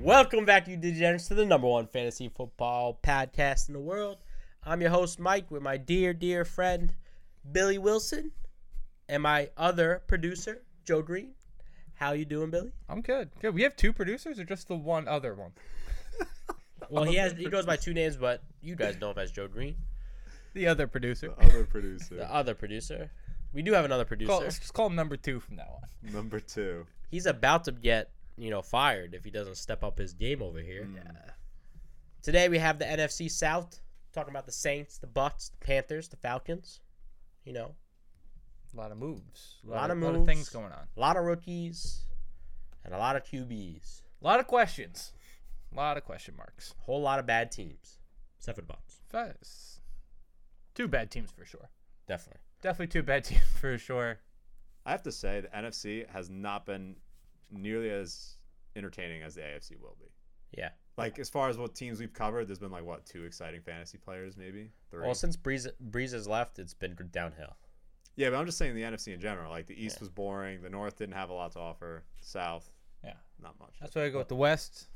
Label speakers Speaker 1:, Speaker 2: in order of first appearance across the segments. Speaker 1: Welcome back, you degenerates, to the number one fantasy football podcast in the world. I'm your host, Mike, with my dear, dear friend, Billy Wilson, and my other producer, Joe Green. How you doing, Billy?
Speaker 2: I'm good. Good. We have two producers or just the one other one?
Speaker 1: Well, he has he goes by two names, but you guys know him as Joe Green,
Speaker 2: The other producer.
Speaker 3: Other producer.
Speaker 1: the other producer. We do have another
Speaker 2: Call,
Speaker 1: producer.
Speaker 2: let's just call him number two from now on.
Speaker 3: Number two.
Speaker 1: He's about to get you know fired if he doesn't step up his game over here. Today we have the NFC South talking about the Saints, the Bucks, the Panthers, the Falcons. You know,
Speaker 2: A lot of moves. A
Speaker 1: Lot of
Speaker 2: A lot of things
Speaker 1: moves.
Speaker 2: going on.
Speaker 1: a lot of rookies and a lot of QBs.
Speaker 2: A lot of questions. A lot of question marks.
Speaker 1: A whole lot of bad teams, except for the Bucks.
Speaker 2: Fuzz. Two bad teams for sure.
Speaker 1: Definitely.
Speaker 2: Definitely two bad teams for sure.
Speaker 3: I have to say, the NFC has not been nearly as entertaining as the AFC will be.
Speaker 1: Yeah.
Speaker 3: Like as far as what teams we've covered, there's been like what two exciting fantasy players, maybe three.
Speaker 1: Well, since Breeze Breeze has left, it's been downhill.
Speaker 3: Yeah, but I'm just saying the NFC in general. Like the East was boring. The North didn't have a lot to offer. South,
Speaker 2: Yeah.
Speaker 3: not much.
Speaker 2: That's why we go with the West.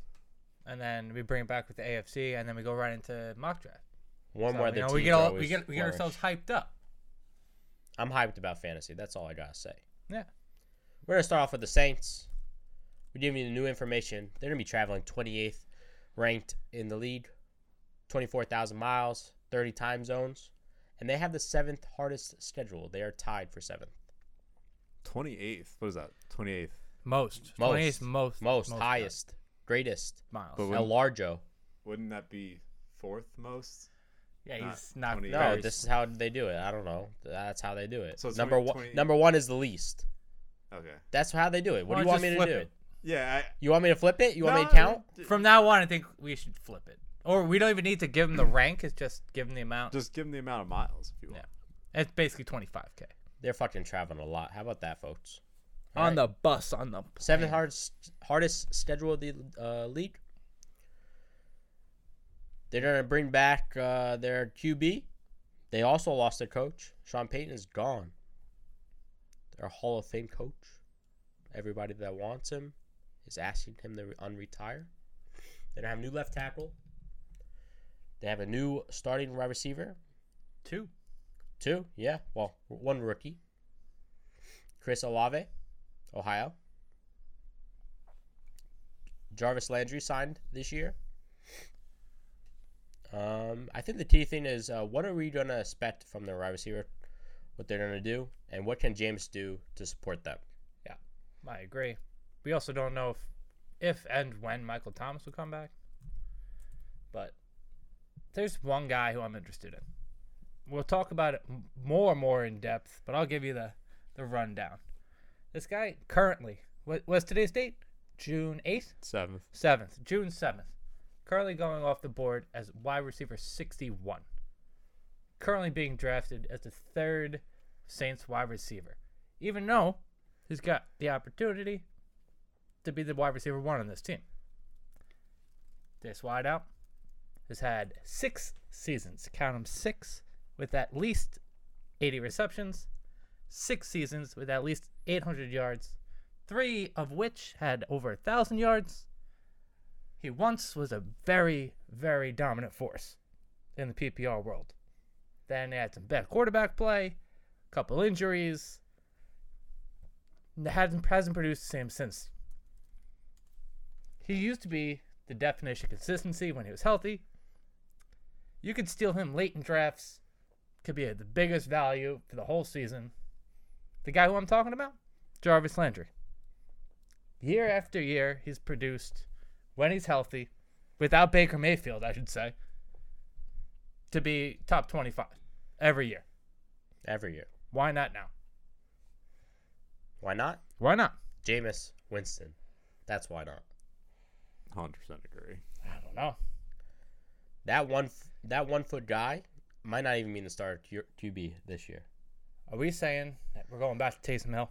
Speaker 2: And then we bring it back with the AFC and then we go right into mock draft.
Speaker 1: One
Speaker 2: So,
Speaker 1: where
Speaker 2: you
Speaker 1: the
Speaker 2: know, we
Speaker 1: teams
Speaker 2: get all we
Speaker 1: always
Speaker 2: get we get
Speaker 1: flourish.
Speaker 2: ourselves hyped up.
Speaker 1: I'm hyped about fantasy. That's all I gotta say.
Speaker 2: Yeah.
Speaker 1: We're gonna start off with the Saints. We're giving you the new information. They're gonna be traveling 28th, ranked in the league, 24,000 miles, 30 time zones, and they have the seventh hardest schedule. They are tied for seventh.
Speaker 3: 28th. What is that? 28th.
Speaker 2: Most.
Speaker 1: Most.
Speaker 2: 28th most.
Speaker 1: most,
Speaker 2: bad
Speaker 1: highest, greatest,
Speaker 2: Miles.
Speaker 3: But
Speaker 1: El Largo.
Speaker 3: Wouldn't that be fourth most?
Speaker 2: yeah,
Speaker 3: not
Speaker 2: he's not.
Speaker 3: 28th.
Speaker 1: No,
Speaker 2: very-
Speaker 1: this is how they do it. I don't know. That's how they do it.
Speaker 3: So it's
Speaker 1: number
Speaker 3: 20
Speaker 1: one,
Speaker 3: 20
Speaker 1: number one is the least.
Speaker 3: Okay.
Speaker 1: That's how they do it. What
Speaker 2: Why
Speaker 1: do you
Speaker 2: don't
Speaker 1: want me
Speaker 2: you
Speaker 1: to
Speaker 2: just
Speaker 1: do?
Speaker 2: flip it?
Speaker 3: Yeah.
Speaker 1: You want me to flip it? You
Speaker 3: I,
Speaker 1: want me
Speaker 3: No,
Speaker 1: to count?
Speaker 2: From now on, I think we should flip it, or we don't even need to give them the rank. It's just give them the amount.
Speaker 3: Just give them the amount of miles if you want.
Speaker 2: Yeah. It's basically 25k
Speaker 1: They're fucking traveling a lot. How about that, folks?
Speaker 2: on the bus on the
Speaker 1: Seventh
Speaker 2: plane.
Speaker 1: hardest hardest schedule of the uh, league. They're gonna bring back uh, their QB. They also lost their coach. Sean Payton is gone. Their Hall of Fame coach. Everybody that wants him is asking him to unretire. They don't have a new left tackle. They have a new starting wide receiver.
Speaker 2: two.
Speaker 1: Two, yeah. Well, one rookie. Chris Olave, Ohio. Jarvis Landry signed this year. Um, I think the key thing is uh, what are we going to expect from the wide receiver, what they're going to do, and what can James do to support them?
Speaker 2: I agree. We also don't know if, if and when Michael Thomas will come back, but there's one guy who I'm interested in. We'll talk about it m- more more in depth, but I'll give you the the rundown. This guy currently what was today's date? June 8th.
Speaker 3: Seventh.
Speaker 2: Seventh, June seventh. Currently going off the board as wide receiver sixty-one. Currently being drafted as the third Saints wide receiver, even though he's got the opportunity to be the wide receiver one on this team. This wideout has had six seasons, count them six, with at least eighty receptions, six seasons with at least eight hundred yards, three of which had over a thousand yards. He once was a very, very dominant force in the PPR world. Then they had some bad quarterback play, a couple injuries. and Hasn't hasn't produced the same since. He used to be the definition of consistency when he was healthy. You could steal him late in drafts. Could be the biggest value for the whole season. The guy who I'm talking about, Jarvis Landry. Year after year, he's produced when he's healthy, without Baker Mayfield, I should say, to be top 25 every year.
Speaker 1: Every year.
Speaker 2: Why not now?
Speaker 1: Why not?
Speaker 2: Why not?
Speaker 1: Jameis Winston. That's why not.
Speaker 3: Hundred percent agree.
Speaker 2: I don't know.
Speaker 1: That one f- that one foot guy might not even mean the star Q- QB this year.
Speaker 2: Are we saying that we're going back to Taysom Hill?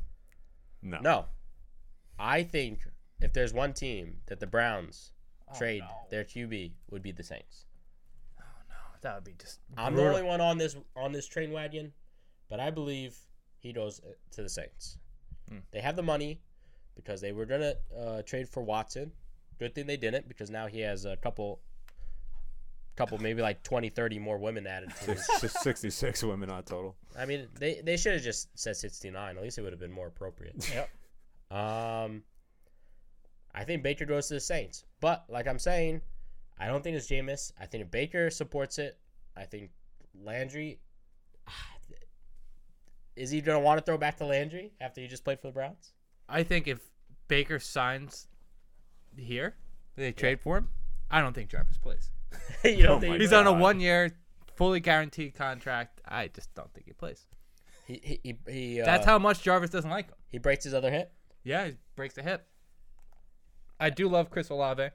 Speaker 3: No.
Speaker 1: No. I think if there's one team that the Browns trade
Speaker 2: no.
Speaker 1: their QB would be the Saints.
Speaker 2: That would be just.
Speaker 1: I'm the
Speaker 2: brutal.
Speaker 1: only one on this on this train wagon, but I believe he goes uh, to the Saints. They have the money because they were gonna uh, trade for Watson, Good thing they didn't because now he has a couple, couple maybe like 20, 30 more women added to his.
Speaker 3: Six- six- 66 women on total.
Speaker 1: I mean, they, they should have just said 69. At least it would have been more appropriate.
Speaker 2: Yep.
Speaker 1: Um, I think Baker goes to the Saints. But like I'm saying, I don't think it's Jameis. I think Baker supports it. I think Landry. Is he going to want to throw back to Landry after he just played for the Browns?
Speaker 2: I think if Baker signs here, they trade for him. I don't think Jarvis plays.
Speaker 1: you don't
Speaker 3: Oh
Speaker 1: think
Speaker 3: my
Speaker 1: he
Speaker 2: He's
Speaker 1: will?
Speaker 2: on a
Speaker 3: God.
Speaker 2: one-year, fully guaranteed contract. I just don't think he plays.
Speaker 1: He, he, he, he, uh,
Speaker 2: That's how much Jarvis doesn't like him.
Speaker 1: he breaks his other hip.
Speaker 2: Yeah, he breaks the hip. I do love Chris Olave.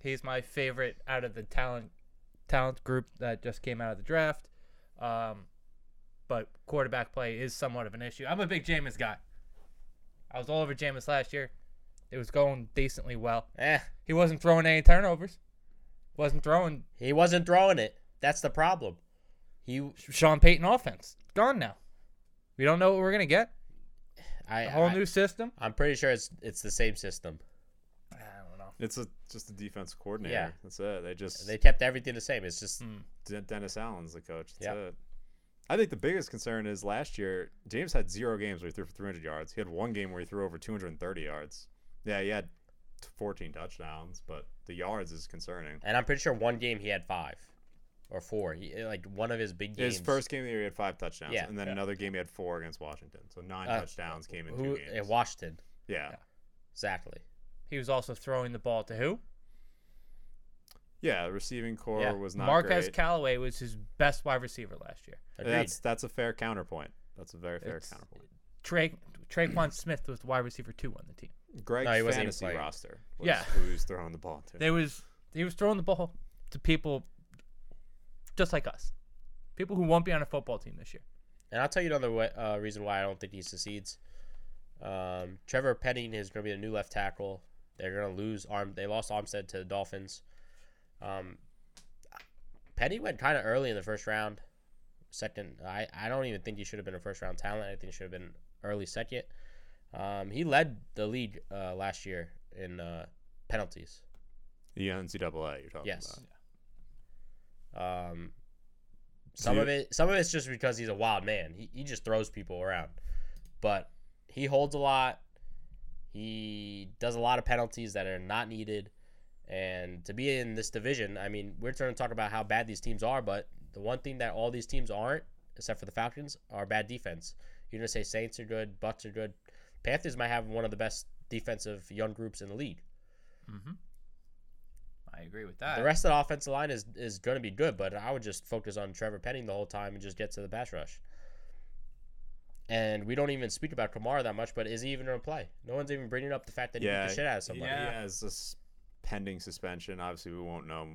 Speaker 2: He's my favorite out of the talent talent group that just came out of the draft. Um, but quarterback play is somewhat of an issue. I'm a big Jameis guy. I was all over Jameis last year. It was going decently well.
Speaker 1: Eh,
Speaker 2: He wasn't throwing any turnovers. Wasn't throwing
Speaker 1: he wasn't throwing it. That's the problem. He,
Speaker 2: Sean Payton offense. Gone now. We don't know what we're gonna get.
Speaker 1: I,
Speaker 2: A whole
Speaker 1: I
Speaker 2: new system.
Speaker 1: I'm pretty sure it's it's the same system.
Speaker 2: I don't know.
Speaker 3: It's a, just a defense coordinator.
Speaker 1: Yeah.
Speaker 3: That's it. They just
Speaker 1: They kept everything the same. It's just
Speaker 3: De- Dennis Allen's the coach. That's
Speaker 1: Yep.
Speaker 3: it. I think the biggest concern is last year James had zero games where he threw for 300 yards. He had one game where he threw over 230 yards. Yeah, he had t- 14 touchdowns, but the yards is concerning.
Speaker 1: And I'm pretty sure one game he had five or four. He, like one of his big games.
Speaker 3: His first game of the year, he had five touchdowns,
Speaker 1: Yeah.
Speaker 3: and then
Speaker 2: Yeah.
Speaker 3: another game he had four against Washington. So nine
Speaker 1: Uh,
Speaker 3: touchdowns came in
Speaker 1: who
Speaker 3: two
Speaker 1: at
Speaker 3: games.
Speaker 1: Washington
Speaker 3: yeah,
Speaker 1: exactly.
Speaker 2: He was also throwing the ball to who?
Speaker 3: yeah. The receiving core
Speaker 1: Yeah.
Speaker 3: was not
Speaker 2: Marquez
Speaker 3: great.
Speaker 2: Callaway was his best wide receiver last year.
Speaker 1: Agreed.
Speaker 3: That's that's a fair counterpoint. That's a very fair
Speaker 2: It's-
Speaker 3: counterpoint.
Speaker 2: Trey Traquan Smith was wide receiver two on the team.
Speaker 3: Greg's
Speaker 1: No, he wasn't even
Speaker 3: fantasy
Speaker 1: playing.
Speaker 3: roster. Was
Speaker 2: Yeah.
Speaker 3: who he was throwing the ball to?
Speaker 2: There was he was throwing the ball to people just like us, people who won't be on a football team this year.
Speaker 1: And I'll tell you another way, uh, reason why I don't think he succeeds. Um, Trevor Penning is going to be the new left tackle. They're going to lose arm. They lost Armstead to the Dolphins. Um, Penny went kind of early in the first round. Second, I, I don't even think he should have been a first round talent. I think he should have been early second. Um, he led the league uh, last year in uh, penalties.
Speaker 3: the NCAA you're talking
Speaker 1: Yes.
Speaker 3: about.
Speaker 1: Um, some
Speaker 3: you-
Speaker 1: of it, some of it's just because he's a wild man. He, he just throws people around, but he holds a lot. He does a lot of penalties that are not needed, and to be in this division, I mean, we're trying to talk about how bad these teams are, but the one thing that all these teams aren't, except for the Falcons, are bad defense. You're gonna say Saints are good, Bucks are good, Panthers might have one of the best defensive young groups in the league.
Speaker 2: Mm-hmm. I agree with that.
Speaker 1: The rest of the offensive line is is going to be good, but I would just focus on Trevor Penning the whole time and just get to the pass rush. And we don't even speak about Kamara that much, but is he even going to play? No one's even bringing up the fact that he beat the shit out of somebody.
Speaker 3: He
Speaker 2: Yeah.
Speaker 3: has this pending suspension. Obviously, we won't know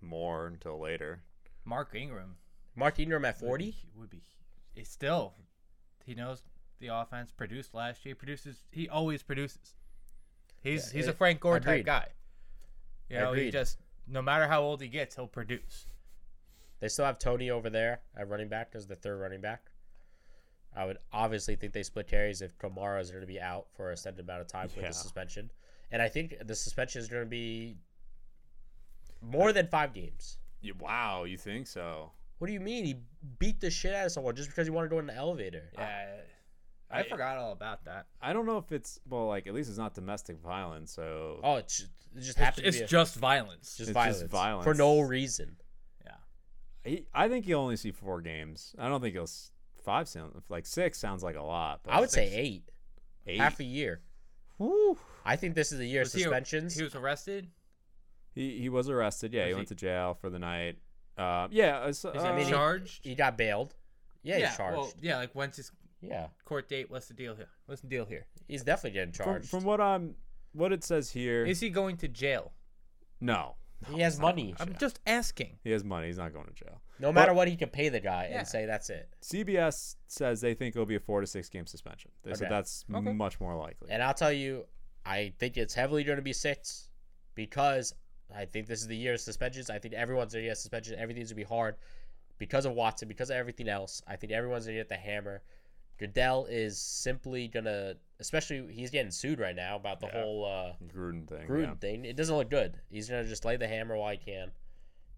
Speaker 3: more until later.
Speaker 2: Mark Ingram
Speaker 1: Mark Ingram at
Speaker 2: would be-
Speaker 1: 40?
Speaker 2: would be it's still he knows the offense produced last year. He produces he always produces. He's
Speaker 1: Yeah,
Speaker 2: he's a
Speaker 1: it-
Speaker 2: Frank Gore
Speaker 1: agreed.
Speaker 2: type guy. You know, he
Speaker 1: Agreed.
Speaker 2: just no matter how old he gets, he'll produce.
Speaker 1: They still have Tony over there at running back as the third running back. I would obviously think they split carries if Kamara is going to be out for a extended amount of time with
Speaker 3: Yeah.
Speaker 1: the suspension. And I think the suspension is going to be more than five games.
Speaker 3: You, wow, you think so?
Speaker 1: What do you mean? He beat the shit out of someone just because he wanted to go in the elevator.
Speaker 2: Yeah. I,
Speaker 3: I-
Speaker 2: forgot all about that.
Speaker 3: I don't know if it's well, like at least it's not domestic violence. So
Speaker 1: Oh, it just, it just happened to be a- just,
Speaker 2: just violence.
Speaker 3: it's just
Speaker 1: violence. for
Speaker 3: violence.
Speaker 1: no reason.
Speaker 3: he, I think you'll only see four games. I don't think he'll s- five sound like six sounds like a lot. But
Speaker 1: I would say
Speaker 3: six-
Speaker 1: eight,
Speaker 3: eight.
Speaker 1: half a year.
Speaker 3: Whew.
Speaker 1: I think this is the year of
Speaker 2: Was he-
Speaker 1: suspensions.
Speaker 2: He was arrested.
Speaker 3: He he was arrested. Yeah,
Speaker 2: Was
Speaker 3: he,
Speaker 2: he-
Speaker 3: went to jail for the night. Uh, yeah, it's,
Speaker 1: Is that
Speaker 3: uh,
Speaker 1: mean he-
Speaker 2: charged.
Speaker 1: he got bailed. Yeah, he's charged.
Speaker 2: Well, yeah, like when's his
Speaker 1: yeah,
Speaker 2: court date? What's the deal here? What's the deal here?
Speaker 1: he's definitely getting
Speaker 3: from,
Speaker 1: charged.
Speaker 3: from what I'm what it says here.
Speaker 2: Is he going to jail?
Speaker 3: no,
Speaker 1: he has money.
Speaker 2: I'm just asking.
Speaker 3: he has money. He's not going to jail.
Speaker 1: No matter what, he could pay the guy
Speaker 2: Yeah.
Speaker 1: and say that's it.
Speaker 3: CBS says they think it'll be a four to six game suspension. They said
Speaker 1: Okay.
Speaker 3: that's
Speaker 2: Okay.
Speaker 3: much more likely.
Speaker 1: And I'll tell you, I think it's heavily going to be six because I think this is the year of suspensions. I think everyone's going to get suspension. Everything's going to be hard because of Watson, because of everything else. I think everyone's going to get the hammer. Goodell is simply gonna, especially he's getting sued right now about the
Speaker 3: Yeah.
Speaker 1: whole uh,
Speaker 3: Gruden thing.
Speaker 1: Gruden
Speaker 3: yeah.
Speaker 1: thing. It doesn't look good. He's gonna just lay the hammer while he can.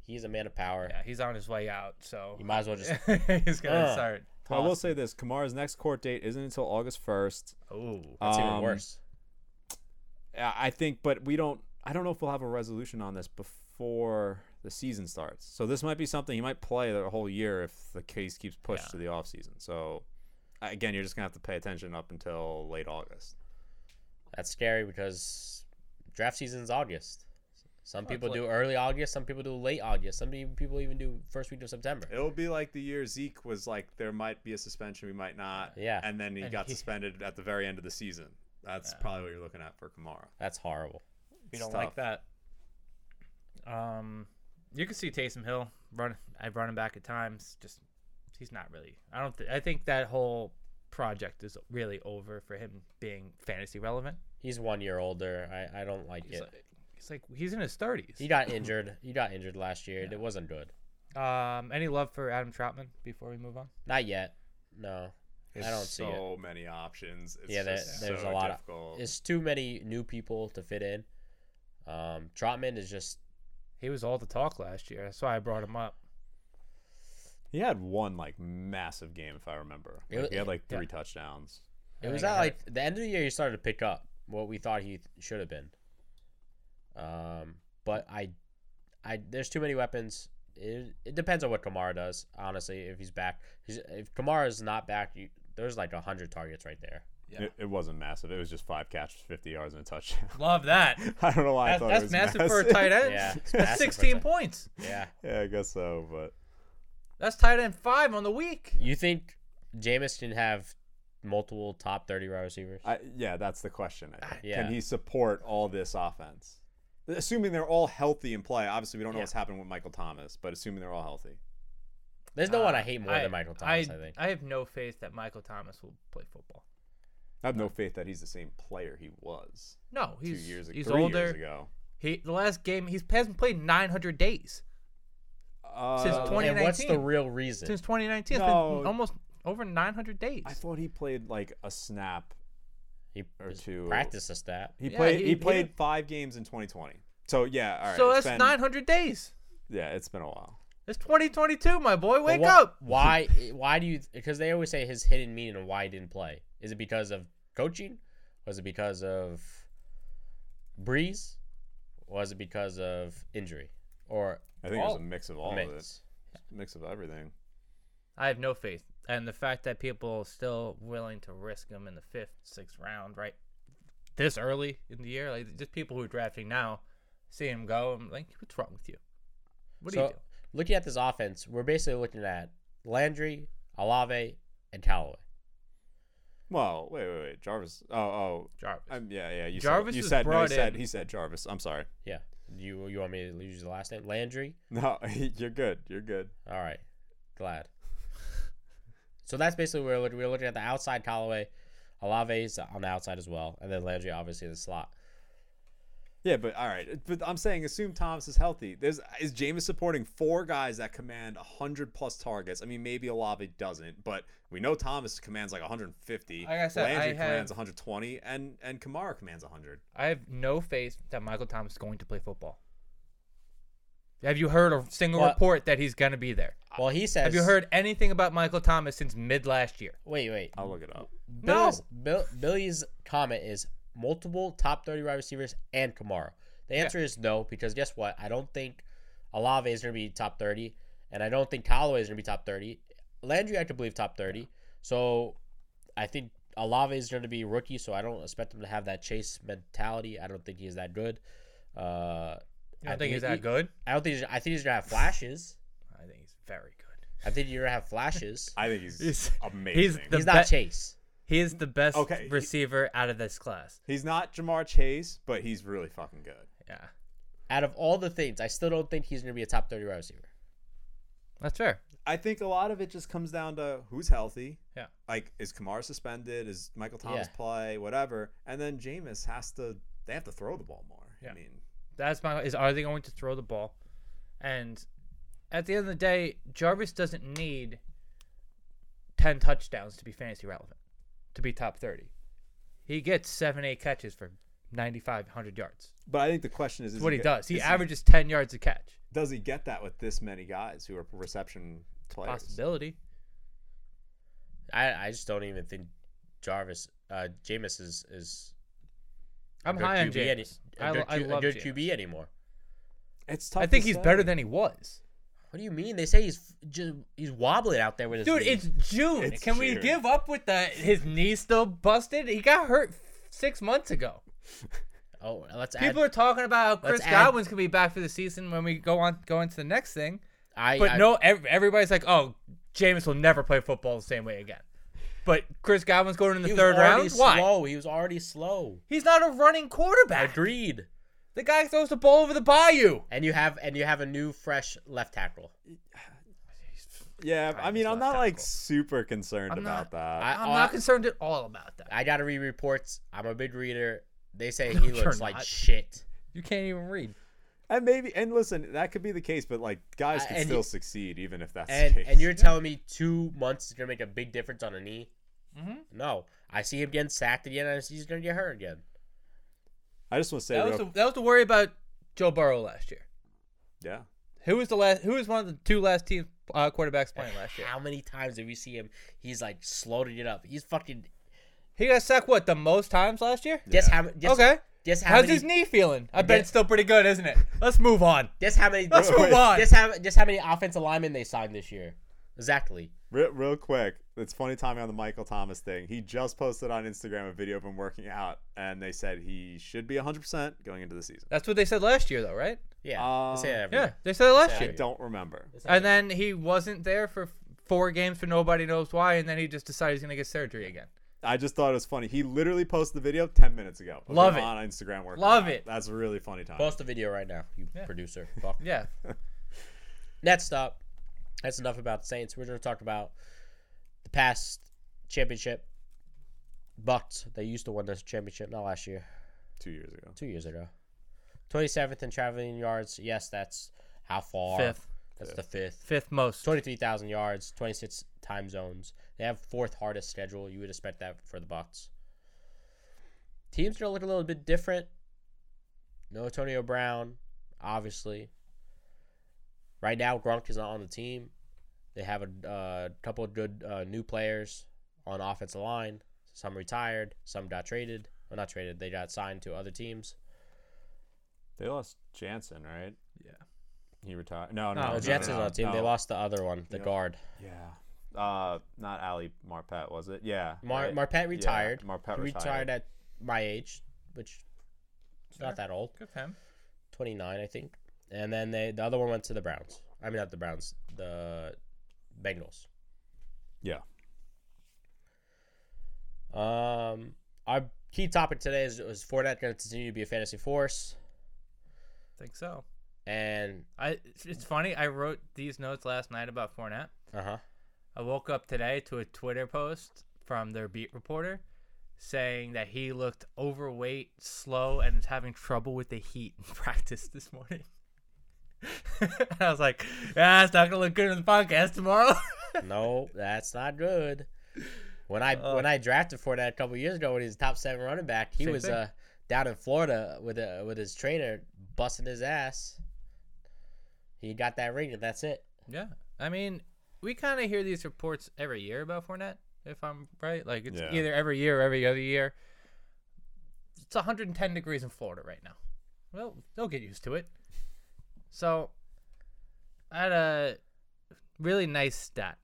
Speaker 1: He's a man of power.
Speaker 2: Yeah, he's on his way out, so
Speaker 1: You might as well just
Speaker 2: he's gonna
Speaker 1: Ugh.
Speaker 2: start.
Speaker 3: I will say this: Kamara's next court date isn't until August first.
Speaker 2: Oh,
Speaker 1: That's even
Speaker 3: Um,
Speaker 1: worse.
Speaker 3: I I think, but we don't. I don't know if we'll have a resolution on this before the season starts. So this might be something he might play the whole year if the case keeps pushed
Speaker 2: Yeah.
Speaker 3: to the off season. So I- again, you're just gonna have to pay attention up until late August.
Speaker 1: That's scary because draft season's August. Some
Speaker 3: Oh,
Speaker 2: Well, it's
Speaker 1: people do early August. Some people do late August. Some e- people even do first week of September.
Speaker 3: It'll be like the year Zeke was like, there might be a suspension, we might not.
Speaker 1: Yeah.
Speaker 3: And then he
Speaker 2: And
Speaker 3: got
Speaker 2: he-
Speaker 3: suspended at the very end of the season. That's probably what you're looking at for Kamara.
Speaker 1: That's horrible.
Speaker 2: we
Speaker 3: It's
Speaker 2: don't like
Speaker 3: tough.
Speaker 2: that. Um, you can see Taysom Hill run. I run him back at times. Just he's not really. I don't. Th- I think that whole project is really over for him being fantasy relevant.
Speaker 1: He's one year older. I, I don't like
Speaker 2: He's
Speaker 1: it.
Speaker 2: like, he's like he's in his thirties.
Speaker 1: He got injured. He got injured last year. It wasn't good.
Speaker 2: Um, any love for Adam Troutman before we move on?
Speaker 1: Not yet. No.
Speaker 3: There's
Speaker 1: don't see
Speaker 3: so
Speaker 1: it.
Speaker 3: many options. It's
Speaker 1: Yeah, there-
Speaker 3: just
Speaker 1: there's
Speaker 3: so
Speaker 1: a lot of-
Speaker 3: difficult.
Speaker 1: It's too many new people to fit in. Um, Trotman is just
Speaker 2: He was all the talk last year. That's why I brought him up.
Speaker 3: He had one like massive game, if I remember.
Speaker 1: It
Speaker 3: Like,
Speaker 1: wa-
Speaker 3: he had like
Speaker 2: yeah.
Speaker 3: three touchdowns.
Speaker 1: It
Speaker 2: I
Speaker 1: was
Speaker 2: think
Speaker 1: at
Speaker 2: I heard-
Speaker 1: like the end of the year he started to pick up what we thought he should have been. Um, but I, I there's too many weapons. It, it depends on what Kamara does, honestly. If he's back, he's, if Kamara is not back, you, there's like a hundred targets right there.
Speaker 2: Yeah.
Speaker 3: It, it wasn't massive. It was just five catches, fifty yards, and a touchdown.
Speaker 2: Love that.
Speaker 3: I don't know why I
Speaker 2: That's,
Speaker 3: thought it
Speaker 2: that's
Speaker 3: was
Speaker 2: massive, for a tight end.
Speaker 1: Yeah, it's massive
Speaker 2: that's
Speaker 1: for a
Speaker 2: 16
Speaker 1: tight-
Speaker 2: points.
Speaker 1: Yeah,
Speaker 3: yeah, I guess so. But
Speaker 2: That's tight end five on the week.
Speaker 1: you think Jameis can have multiple top thirty wide receivers?
Speaker 3: I, yeah, that's the question. I think.
Speaker 1: Yeah.
Speaker 3: Can he support all this offense? Assuming they're all healthy in play. Obviously, we don't know
Speaker 1: Yeah.
Speaker 3: what's happened with Michael Thomas, but assuming they're all healthy.
Speaker 1: There's no one I
Speaker 2: Uh,
Speaker 1: hate more than Michael Thomas. I, think
Speaker 2: I have no faith that Michael Thomas will play football.
Speaker 3: I have no faith that he's the same player he was
Speaker 2: No, he's
Speaker 3: two years ago.
Speaker 2: he's
Speaker 3: three
Speaker 2: older.
Speaker 3: years ago.
Speaker 2: He the last game he's hasn't played 900 days Since
Speaker 3: Uh,
Speaker 2: 20
Speaker 1: And what's the
Speaker 2: 2019.
Speaker 1: real reason?
Speaker 2: since 2019. It's
Speaker 3: No.
Speaker 2: been almost over 900 days.
Speaker 3: I thought he played like a snap
Speaker 1: he
Speaker 3: or
Speaker 1: just
Speaker 3: two.
Speaker 1: practiced a stat.
Speaker 3: He
Speaker 2: Yeah,
Speaker 3: played.
Speaker 2: he-
Speaker 3: He,
Speaker 2: he
Speaker 3: played
Speaker 2: did.
Speaker 3: five games in 2020. So yeah, all right.
Speaker 2: so
Speaker 3: it's
Speaker 2: that's
Speaker 3: been-
Speaker 2: 900 days.
Speaker 3: Yeah, it's been a while.
Speaker 2: It's 2022, my boy.
Speaker 1: But
Speaker 2: Wake
Speaker 1: wha-
Speaker 2: up.
Speaker 1: Why? Why do you? Because they always say his hidden meaning and why he didn't play. Is it because of coaching? Was it because of Breeze? Was it because of injury or
Speaker 3: I think it was
Speaker 1: All-
Speaker 3: a mix of all of it,
Speaker 1: mix?
Speaker 3: mix of everything.
Speaker 2: I have no faith, and the fact that people are still willing to risk him in the fifth, sixth round, right, this early in the year, like just people who are drafting now, see him go, I'm like, what's wrong with you? What do
Speaker 1: so,
Speaker 2: you do?
Speaker 1: looking at this offense, we're basically looking at Landry, Alave, and Callaway.
Speaker 3: Well, wait, wait, wait. Jarvis. Oh, oh.
Speaker 2: Jarvis.
Speaker 3: Um, yeah, yeah. You
Speaker 2: Jarvis
Speaker 3: said, you
Speaker 2: was
Speaker 3: said, no,
Speaker 2: brought
Speaker 3: he said
Speaker 2: in-
Speaker 3: he said Jarvis. I'm sorry.
Speaker 1: Yeah. You you want me to use the last name Landry?
Speaker 3: No, you're good. You're good.
Speaker 1: All right. Glad. so that's basically where we're looking. We're looking at the outside Callaway. Alave's on the outside as well. And then Landry, obviously, in the slot.
Speaker 3: Yeah, but all right. But I'm saying, assume Thomas is healthy. There's is Jameis supporting four guys that command 100 plus targets. I mean, maybe Olave doesn't, but we know Thomas commands like 150.
Speaker 2: Like I said,
Speaker 3: Landry
Speaker 2: I
Speaker 3: commands
Speaker 2: have-
Speaker 3: 120, and and Kamara commands 100.
Speaker 2: I have no faith that Michael Thomas is going to play football. Have you heard a single
Speaker 1: Well-
Speaker 2: report that he's going to be there?
Speaker 1: Well, he says.
Speaker 2: Uh, Have you heard anything about Michael Thomas since mid last year?
Speaker 1: Wait, wait.
Speaker 3: I'll look it up.
Speaker 2: No.
Speaker 1: Billy's, Bill, Billy's comment is multiple top 30 wide receivers and Kamara. The answer is no, because guess what? I don't think Alave is going to be top 30, and I don't think Callaway is going to be top 30. Landry, I could believe top 30. So I think Alave is going to be rookie, so I don't expect him to have that chase mentality. I don't think he's that good. Uh,
Speaker 2: You don't
Speaker 1: I
Speaker 2: think
Speaker 1: think
Speaker 2: he's
Speaker 1: he-
Speaker 2: that good?
Speaker 1: I don't think he's, I think he's going to have flashes.
Speaker 2: I think he's very good.
Speaker 1: I think you're going to have flashes.
Speaker 3: I think he's,
Speaker 2: He's-
Speaker 3: amazing.
Speaker 2: he's the-
Speaker 1: he's not
Speaker 2: be-
Speaker 1: Chase.
Speaker 2: He is the best
Speaker 3: Okay, he-
Speaker 2: receiver out of this class.
Speaker 3: He's not Jamar Chase, but he's really fucking good.
Speaker 2: Yeah.
Speaker 1: Out of all the things, I still don't think he's going to be a top 30 wide receiver.
Speaker 2: That's fair.
Speaker 3: I think a lot of it just comes down to who's healthy.
Speaker 2: Yeah.
Speaker 3: Like, is Kamara suspended? Is Michael Thomas
Speaker 1: Yeah.
Speaker 3: play? Whatever. And then Jameis has to. They have to throw the ball more.
Speaker 2: Yeah.
Speaker 3: I mean,
Speaker 2: That's my is are they going to throw the ball? And at the end of the day, Jarvis doesn't need ten touchdowns to be fantasy relevant, to be top thirty. He gets seven, eight catches for 95, 100 yards.
Speaker 3: But I think the question is,
Speaker 2: That's
Speaker 3: is
Speaker 2: what he
Speaker 3: get-
Speaker 2: does. He
Speaker 3: is
Speaker 2: averages ten yards a catch.
Speaker 3: Does he get that with this many guys who are reception players?
Speaker 2: Possibility.
Speaker 1: I, I just don't even think Jarvis, uh, Jameis is is. a
Speaker 2: I'm
Speaker 1: good
Speaker 2: high on
Speaker 1: QB any-
Speaker 2: Jameis.
Speaker 1: a
Speaker 2: I
Speaker 1: good
Speaker 2: lo- I
Speaker 1: Q- a
Speaker 2: love
Speaker 1: good
Speaker 2: Jameis.
Speaker 1: QB anymore.
Speaker 3: It's tough.
Speaker 2: I
Speaker 3: to
Speaker 2: think he's
Speaker 3: say.
Speaker 2: better than he was.
Speaker 1: What do you mean? They say he's just he's wobbling out there with his
Speaker 2: Dude,
Speaker 1: knee.
Speaker 2: it's June.
Speaker 3: It's
Speaker 2: Can we
Speaker 3: June.
Speaker 2: give up with that? His knee still busted. He got hurt six months ago.
Speaker 1: oh let's add.
Speaker 2: People are talking about how
Speaker 1: let's
Speaker 2: Chris
Speaker 1: add-
Speaker 2: Godwin's gonna be back for the season when we go on go into the next thing.
Speaker 1: I,
Speaker 2: But
Speaker 1: I-
Speaker 2: no, ev- everybody's like, "Oh, Jameis will never play football the same way again." But Chris Godwin's going in the
Speaker 1: he
Speaker 2: third
Speaker 1: was already
Speaker 2: round. Why?
Speaker 1: Slow. He was already slow.
Speaker 2: He's not a running quarterback.
Speaker 1: Agreed.
Speaker 2: The guy throws the ball over the bayou.
Speaker 1: And you have and you have a new fresh left tackle.
Speaker 3: Yeah, I
Speaker 2: Time
Speaker 3: mean,
Speaker 2: is
Speaker 3: I'm
Speaker 2: not
Speaker 3: not like
Speaker 2: tackle.
Speaker 3: super concerned
Speaker 2: I'm
Speaker 3: about
Speaker 2: not-
Speaker 3: that.
Speaker 1: I,
Speaker 2: I'm
Speaker 1: I-
Speaker 2: not concerned at all about that.
Speaker 1: I gotta read reports. I'm a big reader. They say
Speaker 2: No,
Speaker 1: he
Speaker 2: you're
Speaker 1: looks like
Speaker 2: not.
Speaker 1: shit.
Speaker 2: You can't even read.
Speaker 3: and maybe, and listen, that could be the case, but like guys
Speaker 2: Uh,
Speaker 1: I-
Speaker 3: can
Speaker 1: and
Speaker 3: still
Speaker 1: you-
Speaker 3: succeed even if that's
Speaker 1: And
Speaker 3: the case.
Speaker 1: and you're telling me two months is gonna make a big difference on a knee?
Speaker 2: Mhm.
Speaker 1: No, I see him getting sacked again, and I see he's gonna get hurt again.
Speaker 3: I just want to say,
Speaker 2: That
Speaker 3: real,
Speaker 2: was the, that was the worry about Joe Burrow last year.
Speaker 3: yeah,
Speaker 2: Who was the last? Who was one of the two last team uh, quarterbacks playing last year?
Speaker 1: How many times did we see him? He's like slowing it up. He's fucking.
Speaker 2: He got sacked what the most times last year?
Speaker 1: Guess
Speaker 3: Yeah.
Speaker 1: how? ma- Guess,
Speaker 2: okay.
Speaker 1: Guess how
Speaker 2: How's
Speaker 1: many?
Speaker 2: his knee feeling? I bet
Speaker 1: Yeah.
Speaker 2: it's still pretty good, isn't it? Let's move on.
Speaker 1: Guess how many?
Speaker 2: Let's
Speaker 1: Guess,
Speaker 2: move on.
Speaker 1: how? Guess how many offensive linemen they signed this year? Exactly.
Speaker 3: Re- real quick, it's funny timing on the Michael Thomas thing. He just posted on Instagram a video of him working out, and they said he should be 100% going into the season.
Speaker 2: That's what they said last year, though, right?
Speaker 1: Yeah.
Speaker 3: Uh,
Speaker 1: they say that every
Speaker 2: Yeah,
Speaker 1: year.
Speaker 2: they said it last
Speaker 1: Yeah.
Speaker 3: I
Speaker 2: year.
Speaker 3: don't remember.
Speaker 1: They say that
Speaker 2: And then he wasn't there for four games for nobody knows why, and then he just decided he's gonna get surgery again.
Speaker 3: I just thought it was funny. He literally posted the video 10 minutes ago. of
Speaker 2: Love
Speaker 3: him
Speaker 2: it.
Speaker 3: On Instagram working
Speaker 2: Love
Speaker 3: out.
Speaker 2: it.
Speaker 3: That's a really funny time.
Speaker 1: Post the video right now, you
Speaker 2: Yeah.
Speaker 1: producer. Fuck.
Speaker 2: Yeah,
Speaker 1: Next up, that's enough about the Saints. We're going to talk about the past championship. Bucks. They used to win this championship not last year,
Speaker 3: Two years ago.
Speaker 1: two years ago. Twenty seventh in traveling yards. Yes, that's how far.
Speaker 2: fifth,
Speaker 1: That's the fifth.
Speaker 2: fifth most.
Speaker 1: Twenty three thousand yards. Twenty six time zones. They have fourth hardest schedule. You would expect that for the Bucks. Teams are going to look a little bit different. No Antonio Brown, obviously. Right now, Gronk is not on the team. They have a uh, couple of good uh, new players on offensive line. Some retired, some got traded. Well, not traded. They got signed to other teams.
Speaker 3: They lost Jansen, right?
Speaker 2: Yeah.
Speaker 3: He retired. No,
Speaker 2: No,
Speaker 3: no.
Speaker 1: Oh,
Speaker 2: Oh,
Speaker 1: Jets
Speaker 2: no,
Speaker 1: is
Speaker 2: no,
Speaker 1: on the team. They
Speaker 3: no.
Speaker 1: lost the other one, the
Speaker 3: Yeah.
Speaker 1: guard.
Speaker 3: Yeah. Uh, not Ali Marpet, was it? Yeah.
Speaker 1: Mar-
Speaker 3: right.
Speaker 1: Marpet retired.
Speaker 3: Yeah, Marpet
Speaker 1: He
Speaker 3: retired.
Speaker 1: retired at my age, which is
Speaker 2: Sure.
Speaker 1: not that old.
Speaker 2: Good time.
Speaker 1: 29, I think. And then they the other one went to the Browns. I mean, not the Browns, the Bengals.
Speaker 3: Yeah.
Speaker 1: Um, our key topic today is is Fournette going to continue to be a fantasy force?
Speaker 2: think so.
Speaker 1: And
Speaker 2: I. It's funny. I wrote these notes last night about Fournette.
Speaker 1: uh huh,
Speaker 2: I woke up today to a Twitter post from their beat reporter saying that he looked overweight, slow, and is having trouble with the heat in practice this morning. and I was like, ah, it's not gonna look good in the podcast tomorrow.
Speaker 1: no, that's not good. When I when I drafted Fournette a couple years ago, when he was a top seven running back, he
Speaker 2: Uh. Same
Speaker 1: was
Speaker 2: thing.
Speaker 1: uh down in Florida with a with his trainer busting his ass. He got that ring, and that's it.
Speaker 2: yeah, I mean, we kind of hear these reports every year about Fournette, if I'm right. Like it's
Speaker 3: Yeah.
Speaker 2: either every year or every other year. It's 110 degrees in Florida right now. Well, they'll get used to it. So, I had a really nice stat.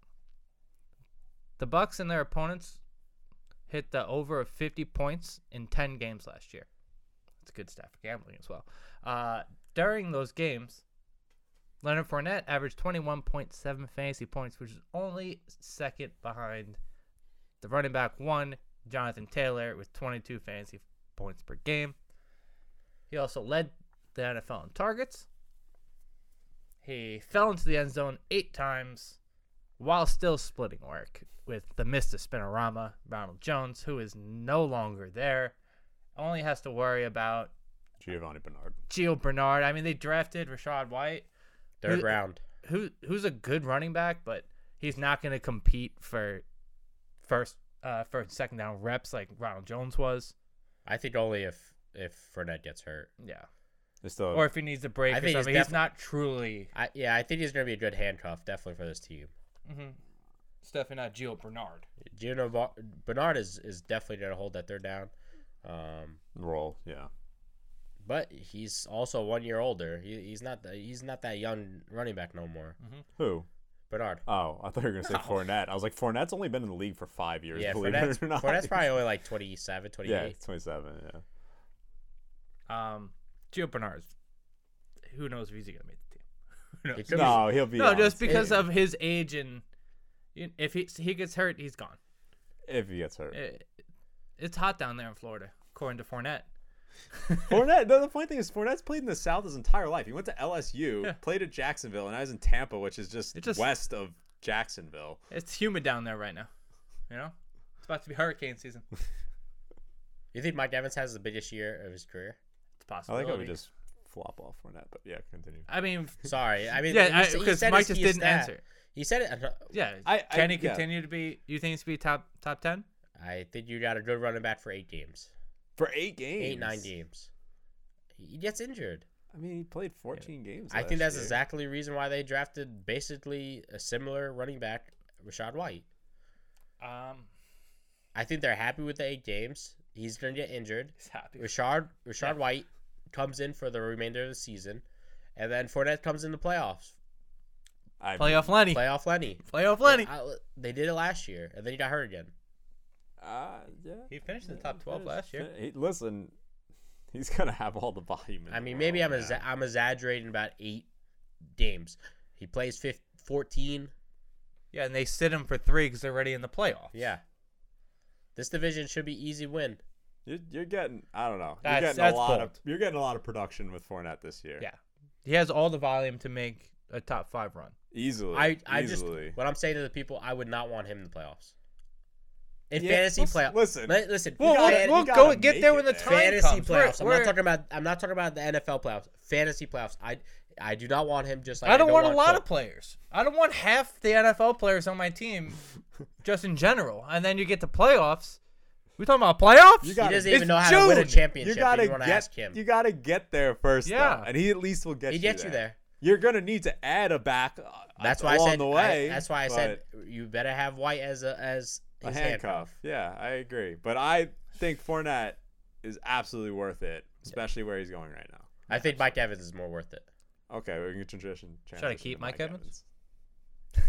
Speaker 2: The Bucks and their opponents hit the over of 50 points in 10 games last year. That's a good stat for gambling as well. Uh, during those games, Leonard Fournette averaged 21.7 fantasy points, which is only second behind the running back one, Jonathan Taylor, with 22 fantasy points per game. He also led the NFL in targets. He fell into the end zone eight times while still splitting work with the Mr. Spinorama, Ronald Jones, who is no longer there. Only has to worry about
Speaker 3: Giovanni Bernard.
Speaker 2: Gio Bernard. I mean, they drafted Rashad White
Speaker 1: Third
Speaker 2: Who-
Speaker 1: round.
Speaker 2: who who's a good running back, but he's not going to compete for first, uh, first, second down reps like Ronald Jones was.
Speaker 1: I think only if if Fournette gets hurt.
Speaker 2: Yeah.
Speaker 3: They still
Speaker 2: Or if he needs a break
Speaker 1: I
Speaker 2: or
Speaker 1: think he's
Speaker 2: something. He's
Speaker 1: def-
Speaker 2: not truly.
Speaker 1: I yeah, I think he's gonna be a good handcuff definitely for this team.
Speaker 2: Mm-hmm. Definitely not Gio Bernard.
Speaker 1: Gino Va- Bernard is is definitely gonna hold that third down. Um,
Speaker 3: roll, yeah.
Speaker 1: but he's also one year older. He, he's not the, he's not that young running back no more.
Speaker 2: Mm-hmm.
Speaker 3: Who?
Speaker 1: Bernard.
Speaker 3: Oh, I thought you were gonna say Fournette. I was like, Fournette's only been in the league for five years.
Speaker 1: Yeah,
Speaker 3: believe
Speaker 1: Fournette's,
Speaker 3: it or not.
Speaker 1: Fournette's probably only like 27,
Speaker 3: yeah,
Speaker 1: 28.
Speaker 3: it's twenty-seven. Yeah,
Speaker 2: Um, Gio Bernard's. Who knows if he's gonna make the team? Who knows?
Speaker 1: It could be-
Speaker 3: no, he'll be
Speaker 2: no, just
Speaker 3: on.
Speaker 2: because uh, of his age and you- if he he gets hurt, he's gone.
Speaker 3: if he gets hurt.
Speaker 2: It, it's hot down there in Florida, according to Fournette.
Speaker 3: Fournette. No, the funny thing is, Fournette's played in the South his entire life. He went to LSU,
Speaker 2: Yeah.
Speaker 3: played at Jacksonville, and I was in Tampa, which is just,
Speaker 2: It just-
Speaker 3: west of Jacksonville.
Speaker 2: It's humid down there right now. You know, it's about to be hurricane season. It's
Speaker 1: You think Mike Evans has the biggest year of his career?
Speaker 3: I
Speaker 2: possible.
Speaker 3: like how we just flop off Fournette, but yeah, continue.
Speaker 2: I mean,
Speaker 1: Sorry, I mean, he
Speaker 2: yeah,
Speaker 1: s- he
Speaker 2: because
Speaker 1: said
Speaker 2: Mike
Speaker 1: his
Speaker 2: just
Speaker 1: key
Speaker 2: didn't
Speaker 1: stat.
Speaker 2: answer.
Speaker 1: He said it.
Speaker 2: Yeah,
Speaker 3: I- I-
Speaker 2: can he
Speaker 3: yeah.
Speaker 2: continue to be? You think he's be top top ten?
Speaker 1: I think you got a good running back for eight games,
Speaker 3: For eight games,
Speaker 1: eight nine games. He gets injured.
Speaker 3: I mean, he played fourteen games.
Speaker 1: I think
Speaker 3: last
Speaker 1: that's
Speaker 3: year.
Speaker 1: exactly the reason why they drafted basically a similar running back, Rashad White.
Speaker 2: Um,
Speaker 1: I think they're happy with the eight games. He's gonna get injured.
Speaker 2: he's happy.
Speaker 1: Rashad Rashad White comes in for the remainder of the season, and then Fournette comes in the playoffs.
Speaker 3: I mean,
Speaker 2: Playoff Lenny.
Speaker 1: Playoff Lenny.
Speaker 2: Playoff Lenny.
Speaker 1: I, they did it last year, and then he got hurt again.
Speaker 3: Uh, yeah.
Speaker 2: He finished in the top 12 last year.
Speaker 3: He, listen, he's gonna have all the volume. In
Speaker 1: I
Speaker 3: the
Speaker 1: mean, maybe I'm
Speaker 3: world
Speaker 1: exa-
Speaker 3: now.
Speaker 1: I'm exaggerating about eight games. He plays 15, 14.
Speaker 2: Yeah, and they sit him for three because they're already in the playoffs.
Speaker 1: Yeah, this division should be easy win.
Speaker 3: You're, you're getting. I don't know.
Speaker 2: That's-
Speaker 3: you're getting
Speaker 2: that's
Speaker 3: a lot
Speaker 2: bold.
Speaker 3: of. You're getting a lot of production with Fournette this year.
Speaker 2: Yeah. He has all the volume to make a top five run.
Speaker 3: Easily.
Speaker 1: I I
Speaker 3: easily.
Speaker 1: just what I'm saying to the people, I would not want him in the playoffs. In
Speaker 3: Yeah,
Speaker 1: fantasy
Speaker 3: listen-
Speaker 1: playoffs,
Speaker 3: listen.
Speaker 1: listen.
Speaker 2: Well,
Speaker 1: fan-
Speaker 2: we'll,
Speaker 3: gotta-
Speaker 2: we'll
Speaker 3: you
Speaker 2: go
Speaker 3: gotta
Speaker 2: get
Speaker 3: make
Speaker 2: there
Speaker 3: it
Speaker 2: when the
Speaker 3: there.
Speaker 2: time
Speaker 1: fantasy
Speaker 2: comes. We're-
Speaker 1: playoffs. I'm
Speaker 2: we're-
Speaker 1: not talking about. I'm not talking about the NFL playoffs. Fantasy playoffs. I I do not want him. Just like
Speaker 2: I don't want a lot
Speaker 1: Cook.
Speaker 2: of players. I don't want half the NFL players on my team, just in general. And then you get to playoffs. We talking about playoffs?
Speaker 3: You got-
Speaker 1: He doesn't
Speaker 2: It's
Speaker 1: even know how to win a
Speaker 2: June.
Speaker 1: championship.
Speaker 3: you gotta
Speaker 1: want to
Speaker 3: get.
Speaker 1: ask him.
Speaker 3: You gotta get there first.
Speaker 2: Yeah.
Speaker 3: Though, and he at least will get.
Speaker 1: he
Speaker 3: you
Speaker 1: gets
Speaker 3: there.
Speaker 1: you there.
Speaker 3: You're gonna need to add a back. uh,
Speaker 1: That's why I
Speaker 3: along
Speaker 1: said.
Speaker 3: the
Speaker 1: I-
Speaker 3: way.
Speaker 1: that's why I
Speaker 3: but
Speaker 1: said you better have White as a as
Speaker 3: a
Speaker 1: his
Speaker 3: handcuff. Yeah, I agree. But I think Fournette is absolutely worth it, especially where he's going right now.
Speaker 1: I think Mike Evans is more worth it.
Speaker 3: Okay, we can transition.
Speaker 2: I
Speaker 3: transition
Speaker 2: keep
Speaker 3: to
Speaker 2: Mike Evans?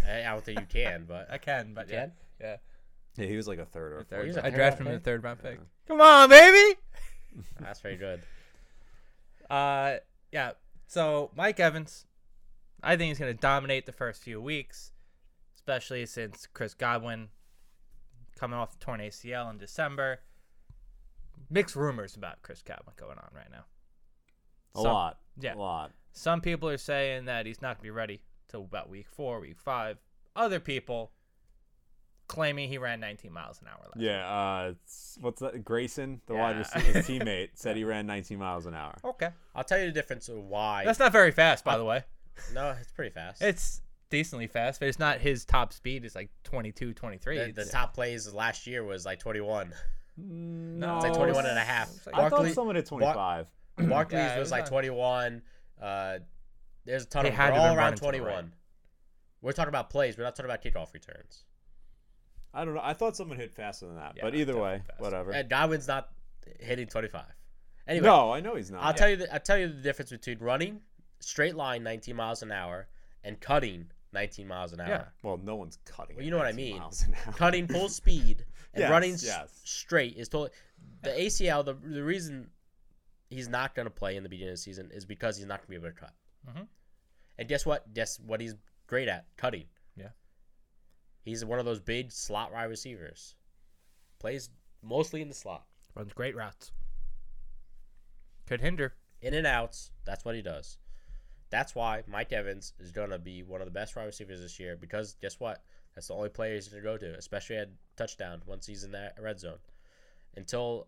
Speaker 1: I, I don't think you can, but
Speaker 2: I can, but yeah,
Speaker 1: can?
Speaker 2: yeah.
Speaker 3: Yeah, he was like a third or a
Speaker 1: He's
Speaker 2: Third,
Speaker 1: a
Speaker 2: I
Speaker 1: third
Speaker 2: drafted
Speaker 1: round
Speaker 2: him in the
Speaker 1: pick.
Speaker 2: third round pick. Come on, baby.
Speaker 1: that's very good.
Speaker 2: Uh, yeah. So Mike Evans, I think he's gonna dominate the first few weeks, especially since Chris Godwin coming off the torn ACL in December. Mixed rumors about Chris Godwin going on right now.
Speaker 3: A
Speaker 2: So-
Speaker 3: lot.
Speaker 2: yeah.
Speaker 3: A lot.
Speaker 2: Some people are saying that he's not gonna be ready till about week four, week five. Other people claiming he ran 19 miles an hour last.
Speaker 3: Yeah. Uh, it's- what's that? Grayson, the wide
Speaker 2: Yeah.
Speaker 3: receiver, his teammate, said he ran 19 miles an hour.
Speaker 2: Okay.
Speaker 1: I'll tell you the difference of why.
Speaker 2: That's not very fast, by the way.
Speaker 1: no, it's pretty fast.
Speaker 2: It's decently fast, but it's not his top speed. It's like 22, 23.
Speaker 1: the, the
Speaker 2: It's-
Speaker 1: top plays last year was like 21.
Speaker 3: No,
Speaker 1: It's like 21 and a half.
Speaker 2: it's like-
Speaker 3: Oh, I
Speaker 1: Barkley,
Speaker 3: thought someone had 25.
Speaker 1: Barkley's
Speaker 2: Yeah, it
Speaker 1: was,
Speaker 2: was
Speaker 1: like
Speaker 2: not-
Speaker 1: 21. Uh, there's a ton
Speaker 2: They
Speaker 1: of
Speaker 2: had
Speaker 1: we're
Speaker 2: to been
Speaker 1: all around
Speaker 2: running to the right.
Speaker 1: 21. We're talking about plays. We're not talking about kickoff returns.
Speaker 3: I don't know. I thought someone hit faster than that.
Speaker 2: Yeah,
Speaker 3: but either
Speaker 2: definitely
Speaker 3: way,
Speaker 2: faster.
Speaker 3: whatever.
Speaker 1: And Godwin's not hitting 25. Anyway,
Speaker 3: no, I know he's not.
Speaker 1: I'll tell you. The, I'll tell you the difference between running straight line 19 miles an hour and cutting 19 miles an hour.
Speaker 2: Yeah.
Speaker 3: well, no one's cutting.
Speaker 1: Well,
Speaker 3: at
Speaker 1: you know what I
Speaker 3: 19
Speaker 1: mean.
Speaker 3: miles an hour.
Speaker 1: cutting full speed and
Speaker 3: Yes,
Speaker 1: running s-
Speaker 3: yes.
Speaker 1: straight is totally the ACL. The, the reason he's not going to play in the beginning of the season is because he's not going to be able to cut.
Speaker 2: Mhm.
Speaker 1: And guess what? Guess what he's great at? Cutting.
Speaker 2: Yeah.
Speaker 1: He's one of those big slot wide receivers. Plays mostly in the slot,
Speaker 2: runs great routes. Could hinder.
Speaker 1: in and outs. That's what he does. That's why Mike Evans is going to be one of the best wide receivers this year because guess what? That's the only player he's going to go to, especially at touchdown once he's in that red zone. Until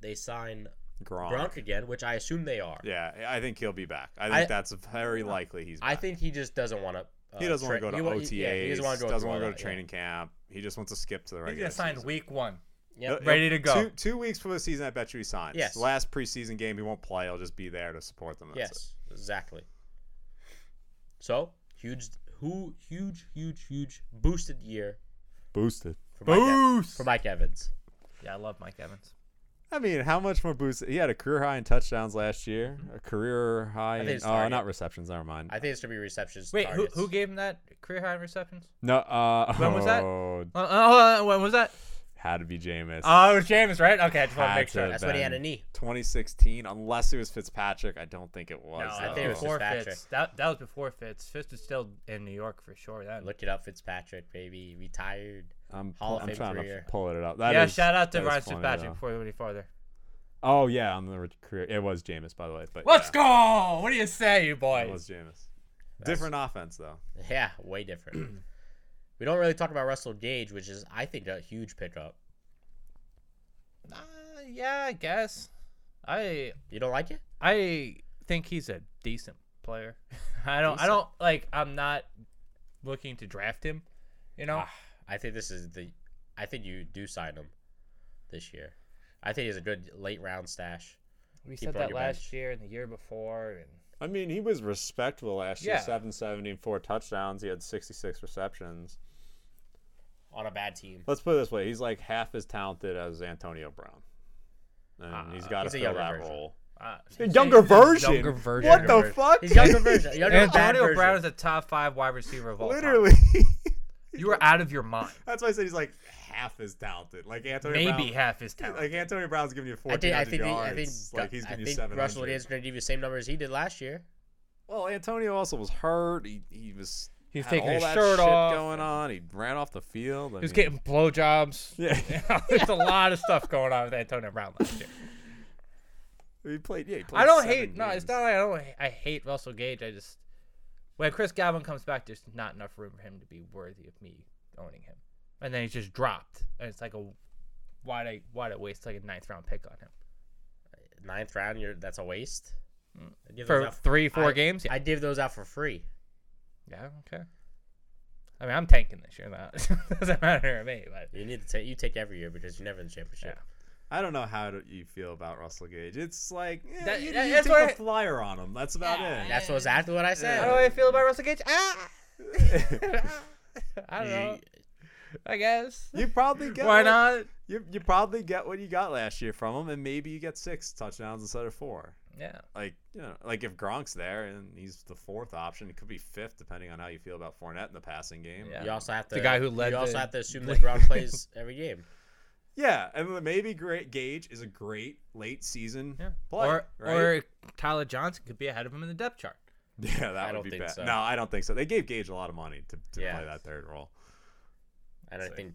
Speaker 1: they sign
Speaker 3: Gronk.
Speaker 1: Gronk again, which I assume they are.
Speaker 3: Yeah, I think he'll be back. I think
Speaker 1: I-
Speaker 3: that's very likely he's back.
Speaker 1: I think he just doesn't want to
Speaker 3: He
Speaker 1: uh,
Speaker 3: doesn't want
Speaker 1: tra-
Speaker 3: to go to
Speaker 1: he wa-
Speaker 3: OTAs.
Speaker 1: he- yeah, he doesn't wanna go
Speaker 3: doesn't
Speaker 1: through
Speaker 3: want to
Speaker 1: all
Speaker 3: go to
Speaker 1: that, yeah.
Speaker 3: training camp. He just wants to skip to the
Speaker 2: He's
Speaker 3: regular
Speaker 2: gonna sign
Speaker 3: season.
Speaker 2: week one.
Speaker 1: Yep.
Speaker 3: He'll-
Speaker 2: Ready to go.
Speaker 3: Uh, Two, two weeks before the season, I bet you he signs.
Speaker 1: Yes.
Speaker 3: The Last preseason game, he won't play. He'll just be there to support them. That's it.
Speaker 1: Yes, exactly. So huge, who huge, huge, huge boosted year
Speaker 3: Boosted.
Speaker 1: for Mike, Ev-
Speaker 2: Boost.
Speaker 1: for Mike Evans.
Speaker 2: Yeah, I love Mike Evans.
Speaker 3: I mean, how much more boosted? He had a career high in touchdowns last year. A career
Speaker 1: Mm-hmm.
Speaker 3: high.
Speaker 1: think
Speaker 3: In,
Speaker 1: it's
Speaker 3: oh,
Speaker 1: target.
Speaker 3: not receptions. Never mind.
Speaker 1: I think it's gonna be receptions.
Speaker 2: Wait, who,
Speaker 1: targets.
Speaker 2: who gave him that career high in receptions?
Speaker 3: no. Uh,
Speaker 2: When was that?
Speaker 3: oh,
Speaker 2: Uh, uh, uh, when was that?
Speaker 3: Had to be Jameis.
Speaker 2: Oh, it was James, right? Okay, I just want
Speaker 3: Had
Speaker 2: to make sure.
Speaker 3: to
Speaker 1: That's when he had a
Speaker 3: Ben.
Speaker 1: knee.
Speaker 3: 2016, unless it was Fitzpatrick. I don't think it was.
Speaker 2: No,
Speaker 1: I
Speaker 2: I
Speaker 1: think it was
Speaker 2: before
Speaker 1: Fitzpatrick.
Speaker 2: Fitz. That, that was before Fitz. Fitz was still in New York for sure. Then.
Speaker 1: Look it up, Fitzpatrick, baby. Retired.
Speaker 3: I'm,
Speaker 1: Hall
Speaker 3: pull-
Speaker 1: of
Speaker 3: I'm
Speaker 1: Fame
Speaker 3: trying
Speaker 1: career.
Speaker 3: to pull it up. That
Speaker 2: yeah,
Speaker 3: is-
Speaker 2: shout out to
Speaker 3: that is
Speaker 2: Ryan
Speaker 3: funny,
Speaker 2: Fitzpatrick
Speaker 3: though.
Speaker 2: before we go any farther.
Speaker 3: Oh yeah, on the re- career. It was Jameis, by the way. But
Speaker 2: Let's
Speaker 3: yeah,
Speaker 2: go! What do you say, you
Speaker 3: It was
Speaker 2: boys?
Speaker 3: Jameis. Different offense though.
Speaker 1: Yeah, way different. we don't really talk about Russell Gage, which is I think a huge pickup.
Speaker 2: Uh, yeah, I guess. I
Speaker 1: You don't like it?
Speaker 2: I think he's a decent player. I don't. I
Speaker 1: Decent.
Speaker 2: don't like. I'm not looking to draft him. You know.
Speaker 1: Ah, I think this is the. I think you do sign him this year. I think he's a good late round stash.
Speaker 2: we
Speaker 1: keep
Speaker 2: said
Speaker 1: her on
Speaker 2: that
Speaker 1: your
Speaker 2: last
Speaker 1: bench.
Speaker 2: year and the year before, and
Speaker 3: I mean, he was respectable last
Speaker 2: year. Yeah.
Speaker 3: 774 touchdowns. He had 66 receptions.
Speaker 1: on a bad team.
Speaker 3: Let's put it this way: he's like half as talented as Antonio Brown, and
Speaker 2: Uh,
Speaker 3: he's got to
Speaker 1: Ah, he's a
Speaker 3: fill
Speaker 1: younger
Speaker 3: that
Speaker 1: version.
Speaker 3: role.
Speaker 2: uh,
Speaker 3: Younger version.
Speaker 2: Younger version.
Speaker 3: What the
Speaker 1: version.
Speaker 3: fuck?
Speaker 1: He's younger version. Younger bad
Speaker 2: Antonio
Speaker 1: version.
Speaker 2: Brown is a top five wide receiver of all
Speaker 3: Literally.
Speaker 2: time. You are out of your mind.
Speaker 3: That's why I said he's like half as talented. Like Antonio
Speaker 2: Maybe
Speaker 3: Brown.
Speaker 2: half his talent.
Speaker 3: Like Antonio Brown's giving you
Speaker 1: I
Speaker 3: 14
Speaker 1: think. I think. he-
Speaker 3: yards.
Speaker 1: I think.
Speaker 3: like he's
Speaker 1: I
Speaker 3: giving you
Speaker 1: think
Speaker 3: seven.
Speaker 1: Russell is going to give you the same numbers he did last year.
Speaker 3: Well, Antonio also was hurt. He he was.
Speaker 2: He's
Speaker 3: had
Speaker 2: taking
Speaker 3: all
Speaker 2: his
Speaker 3: that
Speaker 2: shirt
Speaker 3: shit
Speaker 2: off
Speaker 3: Going on. He ran off the field. I
Speaker 2: He was
Speaker 3: mean-
Speaker 2: getting blowjobs.
Speaker 3: Yeah.
Speaker 2: There's a lot of stuff going on with Antonio Brown last year.
Speaker 3: he played. Yeah. He played
Speaker 2: I don't
Speaker 3: seven
Speaker 2: hate. No, it's
Speaker 3: games.
Speaker 2: not like I don't. I hate Russell Gage. I just when Chris Godwin comes back, there's not enough room for him to be worthy of me owning him. And then he's just dropped, and it's like a why would I why would I waste like a ninth round pick on him
Speaker 1: Ninth round. You're, that's a waste. I give those
Speaker 2: for
Speaker 1: out f-
Speaker 2: three four
Speaker 1: I-
Speaker 2: games? Yeah.
Speaker 1: I give those out for free.
Speaker 2: yeah, okay. I mean, I'm tanking this year. That doesn't matter to me. But
Speaker 1: You need to take. You take every year because you're never in the championship.
Speaker 3: I don't know how do you feel about Russell Gage. It's like yeah,
Speaker 2: That-
Speaker 3: you,
Speaker 2: that-
Speaker 3: you
Speaker 2: that's
Speaker 3: take
Speaker 2: what
Speaker 3: a
Speaker 2: I-
Speaker 3: flyer on him. That's about it.
Speaker 1: That's what- exactly what I said.
Speaker 2: how do I feel about Russell Gage? Ah, I don't know.
Speaker 1: You-
Speaker 2: I guess.
Speaker 3: you probably get
Speaker 2: Why
Speaker 3: what-
Speaker 2: not?
Speaker 3: You, you probably get what you got last year from him, and maybe you get six touchdowns instead of four.
Speaker 2: Yeah.
Speaker 3: Like you know, like if Gronk's there and he's the fourth option, it could be fifth depending on how you feel about Fournette in the passing game.
Speaker 2: Yeah.
Speaker 1: You also have to.
Speaker 2: The guy who led
Speaker 1: You also
Speaker 2: the-
Speaker 1: have to assume that Brown plays every game.
Speaker 3: Yeah, and then maybe great Gage is a great late season
Speaker 2: Yeah.
Speaker 3: player.
Speaker 2: or
Speaker 3: right?
Speaker 2: or Tyler Johnson could be ahead of him in the depth chart.
Speaker 3: yeah, that
Speaker 1: I
Speaker 3: would
Speaker 1: don't
Speaker 3: be
Speaker 1: think
Speaker 3: bad.
Speaker 1: so.
Speaker 3: No, I don't think so. They gave Gage a lot of money to, to
Speaker 1: Yeah.
Speaker 3: play that third role.
Speaker 1: And I
Speaker 3: So-
Speaker 1: think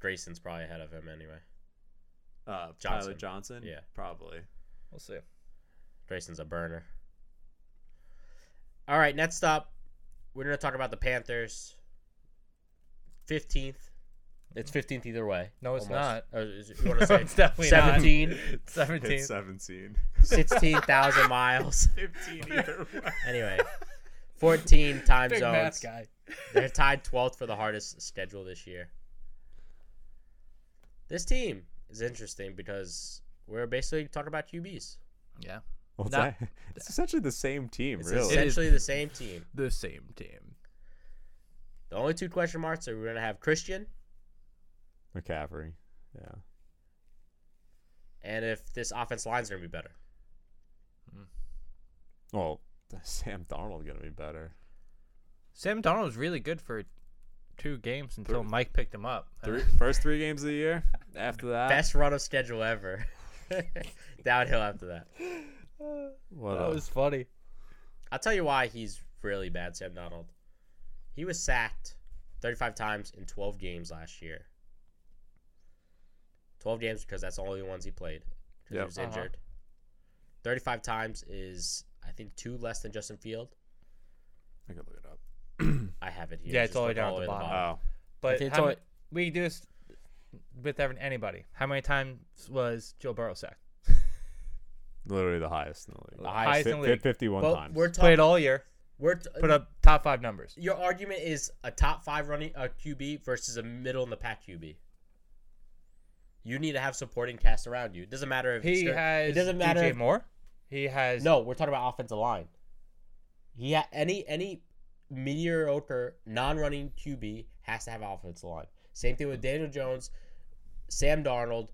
Speaker 1: Grayson's probably ahead of him anyway.
Speaker 3: Uh, Tyler
Speaker 1: Johnson.
Speaker 3: Johnson,
Speaker 1: Yeah.
Speaker 3: probably.
Speaker 2: We'll see.
Speaker 1: Grayson's a burner. All right, next up, we're going to talk about the Panthers. 15th. It's 15th either way.
Speaker 2: No, it's not.
Speaker 1: Or is it- you want to say
Speaker 2: It's definitely not.
Speaker 1: 17,
Speaker 2: Seventeen.
Speaker 3: It's uh, 17.
Speaker 1: 16,000 miles.
Speaker 3: 15 either way.
Speaker 1: Anyway, 14 time
Speaker 2: Big math
Speaker 1: zones.
Speaker 2: guy.
Speaker 1: They're tied 12th for the hardest schedule this year. This team is interesting because we're basically talking about QBs.
Speaker 2: Yeah.
Speaker 3: Well, it's,
Speaker 2: Not-
Speaker 3: not, it's essentially the same team,
Speaker 1: It's
Speaker 3: really.
Speaker 2: It is-
Speaker 1: essentially the same team.
Speaker 2: The same team.
Speaker 1: The only two question marks are we're going to have Christian,
Speaker 3: McCaffrey. Yeah.
Speaker 1: and if this offense line's going to be better.
Speaker 3: Well, Sam Donald gonna be better.
Speaker 2: Sam Donald was really good for two games until
Speaker 3: Three-
Speaker 2: Mike picked him up.
Speaker 3: Three first three games of the year. After
Speaker 2: Uh,
Speaker 3: that,
Speaker 1: Best run of schedule ever. Downhill after that.
Speaker 3: what
Speaker 2: that
Speaker 3: a-
Speaker 2: was funny.
Speaker 1: I'll tell you why he's really bad, Sam Donald. He was sacked 35 times in 12 games last year. 12 games because that's the only ones he played. 'cause
Speaker 3: Yep.
Speaker 1: He was
Speaker 2: Uh-huh.
Speaker 1: injured. 35 times is, I think, two less than Justin Field.
Speaker 3: I can look it up.
Speaker 1: I have it here.
Speaker 2: Yeah, it's
Speaker 1: Just
Speaker 2: all the way
Speaker 1: look
Speaker 2: down at the
Speaker 1: way
Speaker 2: bottom.
Speaker 3: Oh,
Speaker 2: But
Speaker 1: think it's
Speaker 2: how
Speaker 1: all-
Speaker 2: ma- we do this with every- anybody. How many times was Joe Burrow sacked?
Speaker 3: literally the highest in the league.
Speaker 1: The highest
Speaker 2: in the league.
Speaker 3: Fifty-one
Speaker 1: But
Speaker 3: times.
Speaker 1: Oh, we're talking.
Speaker 2: Played all year.
Speaker 1: We're t-
Speaker 2: Put up top five numbers.
Speaker 1: your argument is a top five running a QB versus a middle in the pack QB. You need to have supporting cast around you. It doesn't matter if it's
Speaker 2: He
Speaker 1: gonna-
Speaker 2: has
Speaker 1: It doesn't matter.
Speaker 2: DJ
Speaker 1: if-
Speaker 2: Moore. He has
Speaker 1: no, we're talking about offensive line. He ha- any any mediocre non-running QB has to have offensive line. Same thing with Daniel Jones, Sam Darnold,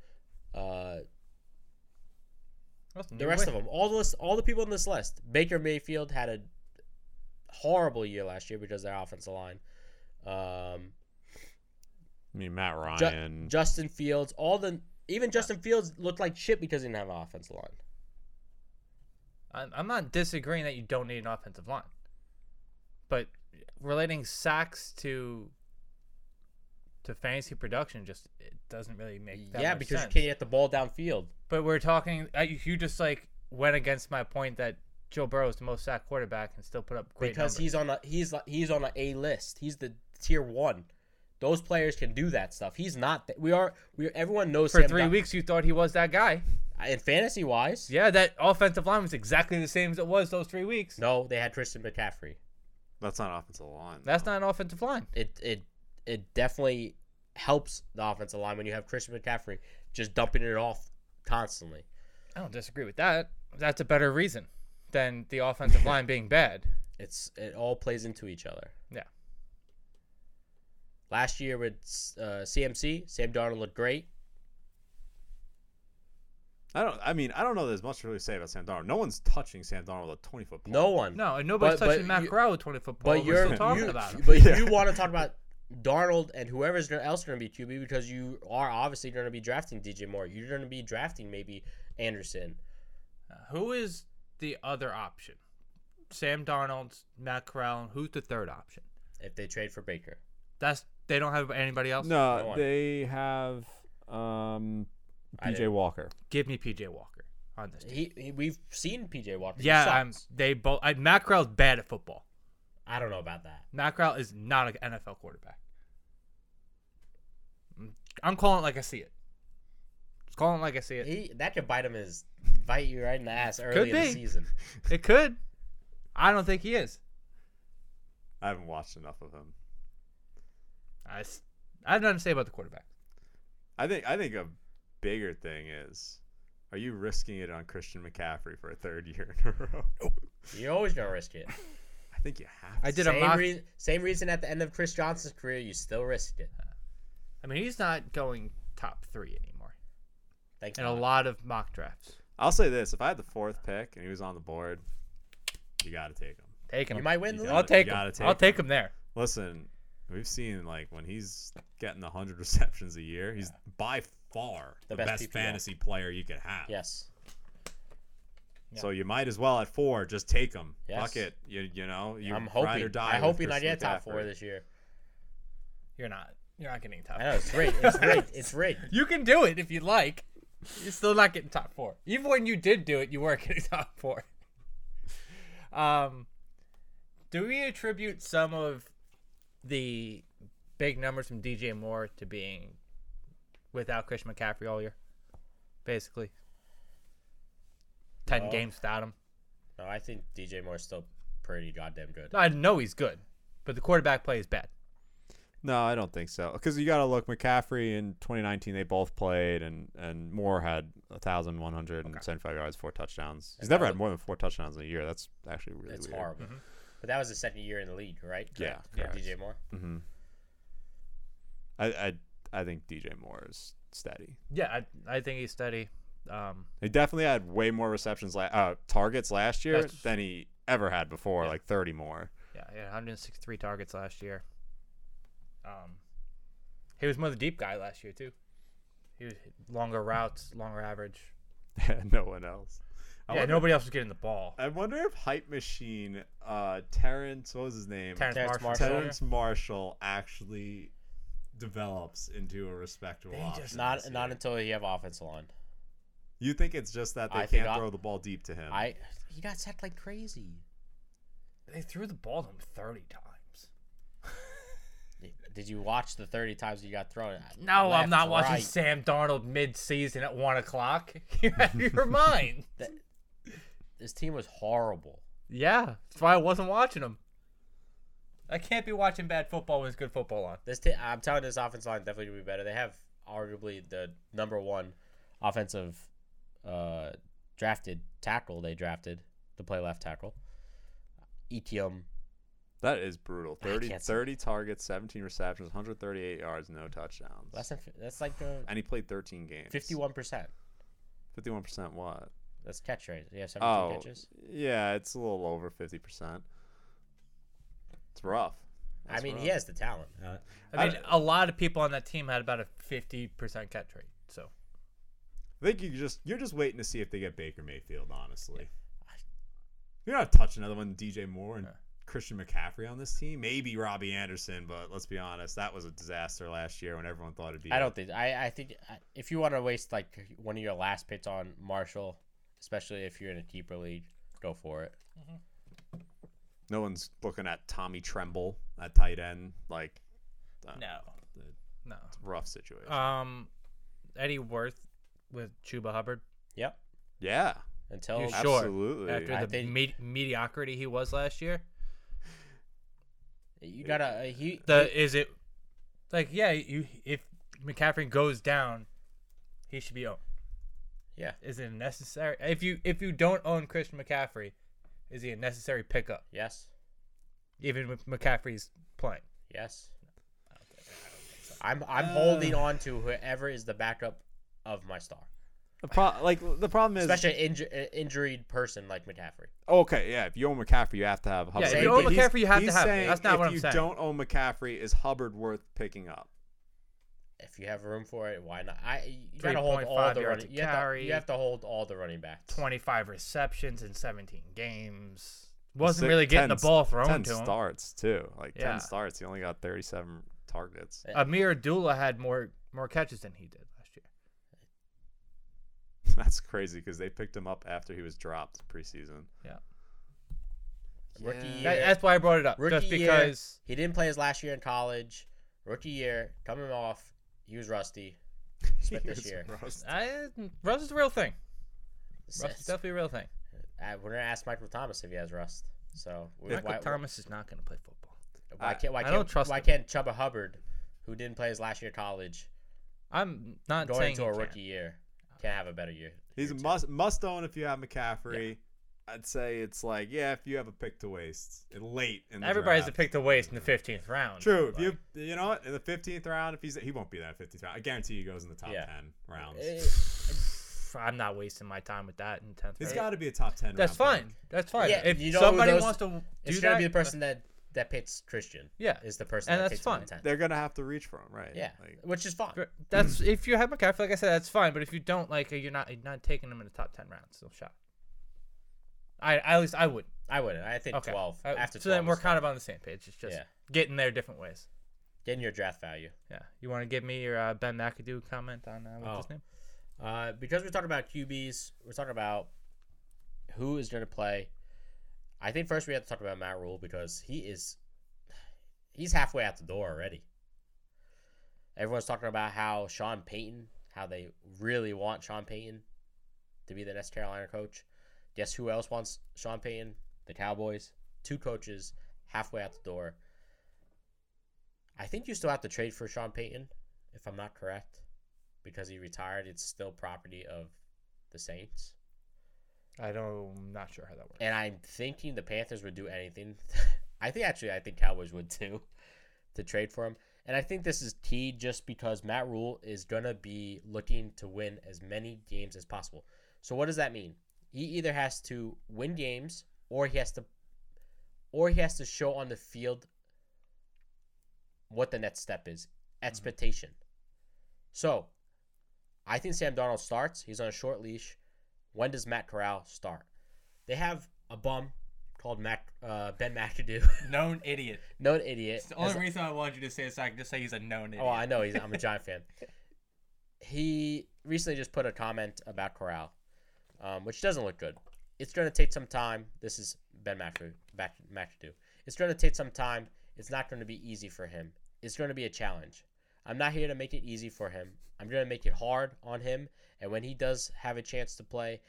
Speaker 1: uh,
Speaker 2: Listen,
Speaker 1: the
Speaker 2: you
Speaker 1: rest
Speaker 2: win.
Speaker 1: of them. All the list, all the people on this list. Baker Mayfield had a horrible year last year because of their offensive line. Um,
Speaker 3: I mean, Matt
Speaker 1: Ju-
Speaker 3: Ryan.
Speaker 1: Justin Fields, all the even Justin Fields looked like shit because he didn't have an offensive line.
Speaker 2: I'm, I'm not disagreeing that you don't need an offensive line, but relating sacks to to fantasy production just it doesn't really make that
Speaker 1: yeah,
Speaker 2: much
Speaker 1: because
Speaker 2: sense.
Speaker 1: you can't get the ball downfield.
Speaker 2: But we're talking. uh, You you just like went against my point that Joe Burrow is the most sacked quarterback and still put up great
Speaker 1: because
Speaker 2: numbers.
Speaker 1: he's on a he's he's on a A list. He's the tier one. Those players can do that stuff. He's not. That, we are. We everyone knows
Speaker 2: for
Speaker 1: Sam
Speaker 2: three
Speaker 1: Don-
Speaker 2: weeks you thought he was that guy.
Speaker 1: And fantasy wise,
Speaker 2: Yeah, that offensive line was exactly the same as it was those three weeks.
Speaker 1: no, they had Tristan McCaffrey.
Speaker 3: That's not offensive line.
Speaker 2: That's not an offensive line.
Speaker 1: It it it definitely helps the offensive line when you have Tristan McCaffrey just dumping it off constantly.
Speaker 2: I don't disagree with that. That's a better reason than the offensive line being bad.
Speaker 1: It's it all plays into each other.
Speaker 2: Yeah.
Speaker 1: Last year with uh, CMC, Sam Darnold looked great.
Speaker 3: I don't. I mean, I don't know. There's much to really say about Sam Darnold. No one's touching Sam Darnold with a 20 foot pole.
Speaker 1: No one.
Speaker 2: No, and nobody's
Speaker 1: But- but
Speaker 2: touching Matt
Speaker 1: you-
Speaker 2: Corral with 20 foot pole.
Speaker 1: But
Speaker 2: We're
Speaker 1: you're
Speaker 2: still talking
Speaker 1: you,
Speaker 2: about him.
Speaker 1: but
Speaker 3: Yeah.
Speaker 1: you want to talk about Darnold and whoever's gonna- else going to be QB because you are obviously going to be drafting DJ Moore. You're going to be drafting maybe Anderson.
Speaker 2: Uh, Who is the other option? Sam Darnold, Matt Corral, and who's the third option?
Speaker 1: If they trade for Baker,
Speaker 2: That's they don't have anybody else.
Speaker 1: No
Speaker 3: No,
Speaker 1: one.
Speaker 3: they have um,
Speaker 1: I
Speaker 3: PJ
Speaker 1: didn't-
Speaker 3: Walker.
Speaker 2: Give me PJ Walker on this. Team.
Speaker 1: he, he we've seen PJ Walker. He
Speaker 2: Yeah, I'm,
Speaker 1: sucks.
Speaker 2: they both. I, Matt Corral's bad at football.
Speaker 1: I don't know about that.
Speaker 2: Matt Corral is not an NFL quarterback. I'm calling it like I see it. Just calling it like I see it.
Speaker 1: He that could bite him his bite you right in the ass early
Speaker 2: Could
Speaker 1: in the
Speaker 2: be.
Speaker 1: season.
Speaker 2: It could. I don't think he is.
Speaker 3: I haven't watched enough of him.
Speaker 2: I, s- I have nothing to say about the quarterback.
Speaker 3: I think. I think a bigger thing is, are you risking it on Christian McCaffrey for a third year in a row?
Speaker 1: You're always going to risk it.
Speaker 3: I think you have. To.
Speaker 2: I did a
Speaker 1: Same,
Speaker 2: mock.
Speaker 1: rea- same reason at the end of Chris Johnson's career, you still risked it.
Speaker 2: I mean, he's not going top three anymore
Speaker 1: Thank
Speaker 2: in a
Speaker 1: God.
Speaker 2: lot of mock drafts.
Speaker 3: I'll say this: if I had the fourth pick and he was on the board, you got to take him.
Speaker 2: Taking
Speaker 1: You
Speaker 2: him.
Speaker 1: might win
Speaker 3: You
Speaker 1: the
Speaker 3: got
Speaker 2: I'll
Speaker 1: league.
Speaker 3: it.
Speaker 2: take him.
Speaker 3: gotta take
Speaker 2: I'll take
Speaker 3: him.
Speaker 2: him there.
Speaker 3: Listen, we've seen like when he's getting 100 receptions a year, he's by far
Speaker 1: The
Speaker 3: the,
Speaker 1: best
Speaker 3: best,
Speaker 1: PPR.
Speaker 3: fantasy player you could have.
Speaker 1: Yes.
Speaker 3: So you might as well at four just take him.
Speaker 1: Yes.
Speaker 3: Fuck it. You you know you
Speaker 1: I'm
Speaker 3: ride
Speaker 1: hoping.
Speaker 3: or die
Speaker 1: I
Speaker 3: with
Speaker 1: hope he's not
Speaker 3: Christian
Speaker 1: get top four
Speaker 3: McCaffrey.
Speaker 1: this year.
Speaker 2: You're not. You're not getting top.
Speaker 1: I know it's rigged. It's rigged. It's rigged.
Speaker 2: You can do it if you like. You're still not getting top four. Even when you did do it, you weren't getting top four. Um, do we attribute some of the big numbers from DJ Moore to being without Christian McCaffrey all year? Basically, ten
Speaker 1: No.
Speaker 2: games without him.
Speaker 1: No, I think DJ Moore's still pretty goddamn good.
Speaker 2: No, I know he's good, but the quarterback play is bad.
Speaker 3: No, I don't think so. Because you got to look, McCaffrey in 2019, they both played, and and Moore had 1,175 yards, four touchdowns. He's
Speaker 1: And that
Speaker 3: never
Speaker 1: was-
Speaker 3: had more than four touchdowns in a year. That's actually really
Speaker 1: It's
Speaker 3: weird.
Speaker 1: horrible.
Speaker 2: Mm-hmm.
Speaker 1: But that was the second year in the league, right?
Speaker 3: Yeah,
Speaker 1: Correct.
Speaker 3: correct.
Speaker 1: DJ Moore.
Speaker 3: hmm I, I I think DJ Moore is steady.
Speaker 2: Yeah, I, I think he's steady. Um,
Speaker 3: He definitely had way more receptions, la- uh, targets last year
Speaker 2: That's-
Speaker 3: than he ever had before, like 30 more.
Speaker 2: Yeah, he had 163 targets last year. Um, he was more the deep guy last year too. He was longer routes, longer average.
Speaker 3: no one else. I
Speaker 2: yeah,
Speaker 3: wonder-
Speaker 2: nobody else was getting the ball.
Speaker 3: I wonder if hype machine, uh, Terrence, what was his name?
Speaker 2: Terrence,
Speaker 1: Terrence
Speaker 2: Marshall.
Speaker 1: Marshall.
Speaker 3: Terrence Marshall actually develops into a respectable
Speaker 2: They just-
Speaker 3: option
Speaker 1: Not
Speaker 3: this year.
Speaker 1: not until you have offensive line.
Speaker 3: You think it's just that they
Speaker 1: I think
Speaker 3: can't
Speaker 1: I-
Speaker 3: throw the ball deep to him?
Speaker 1: I he got sacked like crazy.
Speaker 2: They threw the ball to him 30 times.
Speaker 1: Did you watch the thirty times he got thrown?
Speaker 2: No,
Speaker 1: Left,
Speaker 2: I'm not watching
Speaker 1: right.
Speaker 2: Sam Darnold mid-season at one o'clock. You're out of your mind.
Speaker 1: This team was horrible.
Speaker 2: Yeah, that's why I wasn't watching him. I can't be watching bad football when there's good football on.
Speaker 1: This t- I'm telling you, this offensive line definitely gonna be better. They have arguably the number one offensive uh, drafted tackle they drafted to play left tackle. E Etium.
Speaker 3: That is brutal.
Speaker 1: I
Speaker 3: 30,
Speaker 1: can't say-
Speaker 3: 30 targets, 17 receptions, 138 yards, no touchdowns.
Speaker 1: That's that's like
Speaker 3: and he played 13 games.
Speaker 1: fifty-one percent.
Speaker 3: 51% what?
Speaker 1: That's catch rate. You have seventeen
Speaker 3: Oh,
Speaker 1: catches.
Speaker 3: yeah, it's a little over 50%. It's rough.
Speaker 1: I
Speaker 3: That's
Speaker 1: mean,
Speaker 3: rough.
Speaker 1: he has the talent. Uh,
Speaker 2: I mean,
Speaker 3: I-
Speaker 2: a lot of people on that team had about a 50% catch rate. So,
Speaker 3: I think you just you're just waiting to see if they get Baker Mayfield. Honestly, you're not touching another one. DJ Moore and
Speaker 2: Yeah.
Speaker 3: Christian McCaffrey on this team. Maybe Robbie Anderson, but let's be honest, that was a disaster last year when everyone thought it'd be.
Speaker 1: I don't think. I, I think I- if you want to waste like one of your last picks on Marshall, especially if you're in a deeper league, go for it.
Speaker 3: No one's looking at Tommy Tremble at tight end. Like, uh,
Speaker 2: no.
Speaker 3: rough situation.
Speaker 2: Um, Eddie Worth with Chuba Hubbard.
Speaker 1: Yep.
Speaker 3: yeah,
Speaker 1: Until
Speaker 2: You sure?
Speaker 3: absolutely.
Speaker 2: After
Speaker 1: I
Speaker 2: the
Speaker 1: think-
Speaker 2: me- mediocrity he was last year,
Speaker 1: you gotta uh, he
Speaker 2: the is it like yeah, you if McCaffrey goes down, he should be owned.
Speaker 1: Yeah.
Speaker 2: Is it a necessary? If you if you don't own Christian McCaffrey, is he a necessary pickup
Speaker 1: yes.
Speaker 2: even with McCaffrey's playing?
Speaker 1: Yes. I'm I'm
Speaker 3: Uh.
Speaker 1: holding on to whoever is the backup of my star,
Speaker 3: the pro- like the problem is
Speaker 1: especially an inju- an injured person like McCaffrey.
Speaker 3: Okay, yeah. If you own McCaffrey, you have to have Hubbard.
Speaker 2: if
Speaker 1: you
Speaker 2: own
Speaker 3: But he's-
Speaker 2: McCaffrey, you have to
Speaker 3: he's
Speaker 2: have him.
Speaker 3: saying
Speaker 2: That's not
Speaker 3: if
Speaker 2: what I'm
Speaker 3: you
Speaker 2: saying.
Speaker 3: don't own McCaffrey, is Hubbard worth picking up?
Speaker 1: If you have room for it, why not? I you gotta hold
Speaker 2: 3.5
Speaker 1: all the
Speaker 2: yards
Speaker 1: running.
Speaker 2: to
Speaker 1: You have, to,
Speaker 2: carry.
Speaker 1: you have to hold all the running backs.
Speaker 2: 25 receptions in 17 games. Wasn't
Speaker 3: Six-
Speaker 2: really getting
Speaker 3: 10
Speaker 2: the ball thrown
Speaker 3: Ten
Speaker 2: to him.
Speaker 3: starts too. Like
Speaker 2: Yeah.
Speaker 3: ten starts, he only got thirty-seven targets.
Speaker 2: Amir Abdullah had more more catches than he did last year.
Speaker 3: That's crazy because they picked him up after he was dropped preseason.
Speaker 1: Rookie
Speaker 3: Yeah.
Speaker 1: year,
Speaker 2: That, that's why I brought it up.
Speaker 1: Rookie
Speaker 2: just
Speaker 1: year.
Speaker 2: because
Speaker 1: he didn't play his last year in college. Rookie year, coming off, he was rusty. Split
Speaker 3: He
Speaker 1: this
Speaker 3: was
Speaker 1: year.
Speaker 3: roasted.
Speaker 2: I, Russ is a real thing. Russ is
Speaker 1: It's-
Speaker 2: definitely a real thing.
Speaker 1: I- we're gonna ask Michael Thomas if he has rust. So we-
Speaker 2: Michael
Speaker 1: why,
Speaker 2: Thomas is not going to play football.
Speaker 1: why can't why
Speaker 2: I
Speaker 1: can't
Speaker 2: don't trust
Speaker 1: why
Speaker 2: him.
Speaker 1: can't Chuba Hubbard, who didn't play his last year in college,
Speaker 2: I'm not
Speaker 1: going
Speaker 2: saying
Speaker 1: into
Speaker 2: he
Speaker 1: a
Speaker 2: can't.
Speaker 1: rookie year can't have a better year.
Speaker 3: He's a
Speaker 1: year too.
Speaker 3: must must own if you have McCaffrey. I'd say it's like yeah, if you have a pick to waste eh, late in the
Speaker 2: Everybody's a
Speaker 3: draft.
Speaker 2: pick to waste in the 15th round.
Speaker 3: True. If
Speaker 2: Like,
Speaker 3: you you know what in the fifteenth round, if he's he won't be that fifteenth round. I guarantee he goes in the top
Speaker 1: Yeah.
Speaker 3: ten rounds.
Speaker 1: Eh,
Speaker 2: I'm not wasting my time with that in the 10th
Speaker 3: It's
Speaker 2: round.
Speaker 3: got to be a top ten.
Speaker 2: eh, That's
Speaker 3: round pick.
Speaker 2: fine. That's fine.
Speaker 1: Yeah,
Speaker 2: if
Speaker 1: you know who
Speaker 2: somebody
Speaker 1: those-
Speaker 2: wants to
Speaker 1: it's
Speaker 2: do
Speaker 1: gonna
Speaker 2: that,
Speaker 1: be the person that that pits Christian.
Speaker 2: Yeah.
Speaker 1: is the person
Speaker 2: And
Speaker 1: that
Speaker 2: that's
Speaker 1: pits him in
Speaker 2: fine.
Speaker 1: tenth.
Speaker 3: They're gonna have to reach for him, right?
Speaker 1: Yeah,
Speaker 3: Like,
Speaker 1: which is fine.
Speaker 2: That's if you have McCaffrey, like I said, that's fine. But if you don't, like you're not you're not taking him in the top ten rounds, no shot. I at least I would.
Speaker 1: I wouldn't. I think
Speaker 2: Okay.
Speaker 1: twelve
Speaker 2: Uh,
Speaker 1: after
Speaker 2: so
Speaker 1: 12
Speaker 2: then we're
Speaker 1: is
Speaker 2: kind of on the same page. It's just
Speaker 1: Yeah.
Speaker 2: getting there different ways.
Speaker 1: getting your draft value.
Speaker 2: Yeah. You want to give me your uh, Ben McAdoo comment on uh, what's
Speaker 1: Oh.
Speaker 2: his name?
Speaker 1: Uh, because we're talking about QBs, we're talking about who is going to play. I think first we have to talk about Matt Rule because he is he's halfway out the door already. Everyone's talking about how Sean Payton, how they really want Sean Payton to be the next Carolina coach. Guess who else wants Sean Payton? The Cowboys. Two coaches halfway out the door. I think you still have to trade for Sean Payton, if I'm not correct because he retired, it's still property of the Saints.
Speaker 2: I don't. I'm not sure how that works.
Speaker 1: And I'm thinking the Panthers would do anything. I think actually, I think Cowboys would too, to trade for him. And I think this is key just because Matt Rule is gonna be looking to win as many games as possible. So what does that mean? He either has to win games, or he has to, or he has to show on the field what the next step is, expectation. So, I think Sam Donald starts. He's on a short leash. When does Matt Corral start? They have a bum called Mac, uh, Ben McAdoo,
Speaker 4: Eh,
Speaker 2: Known idiot.
Speaker 1: known idiot. As-
Speaker 2: reason I wanted you to say is so I can just say he's a known
Speaker 1: Oh, I know. He's, I'm a Giant fan. He recently just put a comment about Corral, um, which doesn't look good. It's going to take some time. This is Ben McAdoo. Back, McAdoo. It's going to take some time. It's not going to be easy for him. It's going to be a challenge. I'm not here to make it easy for him. I'm going to make it hard on him. And when he does have a chance to play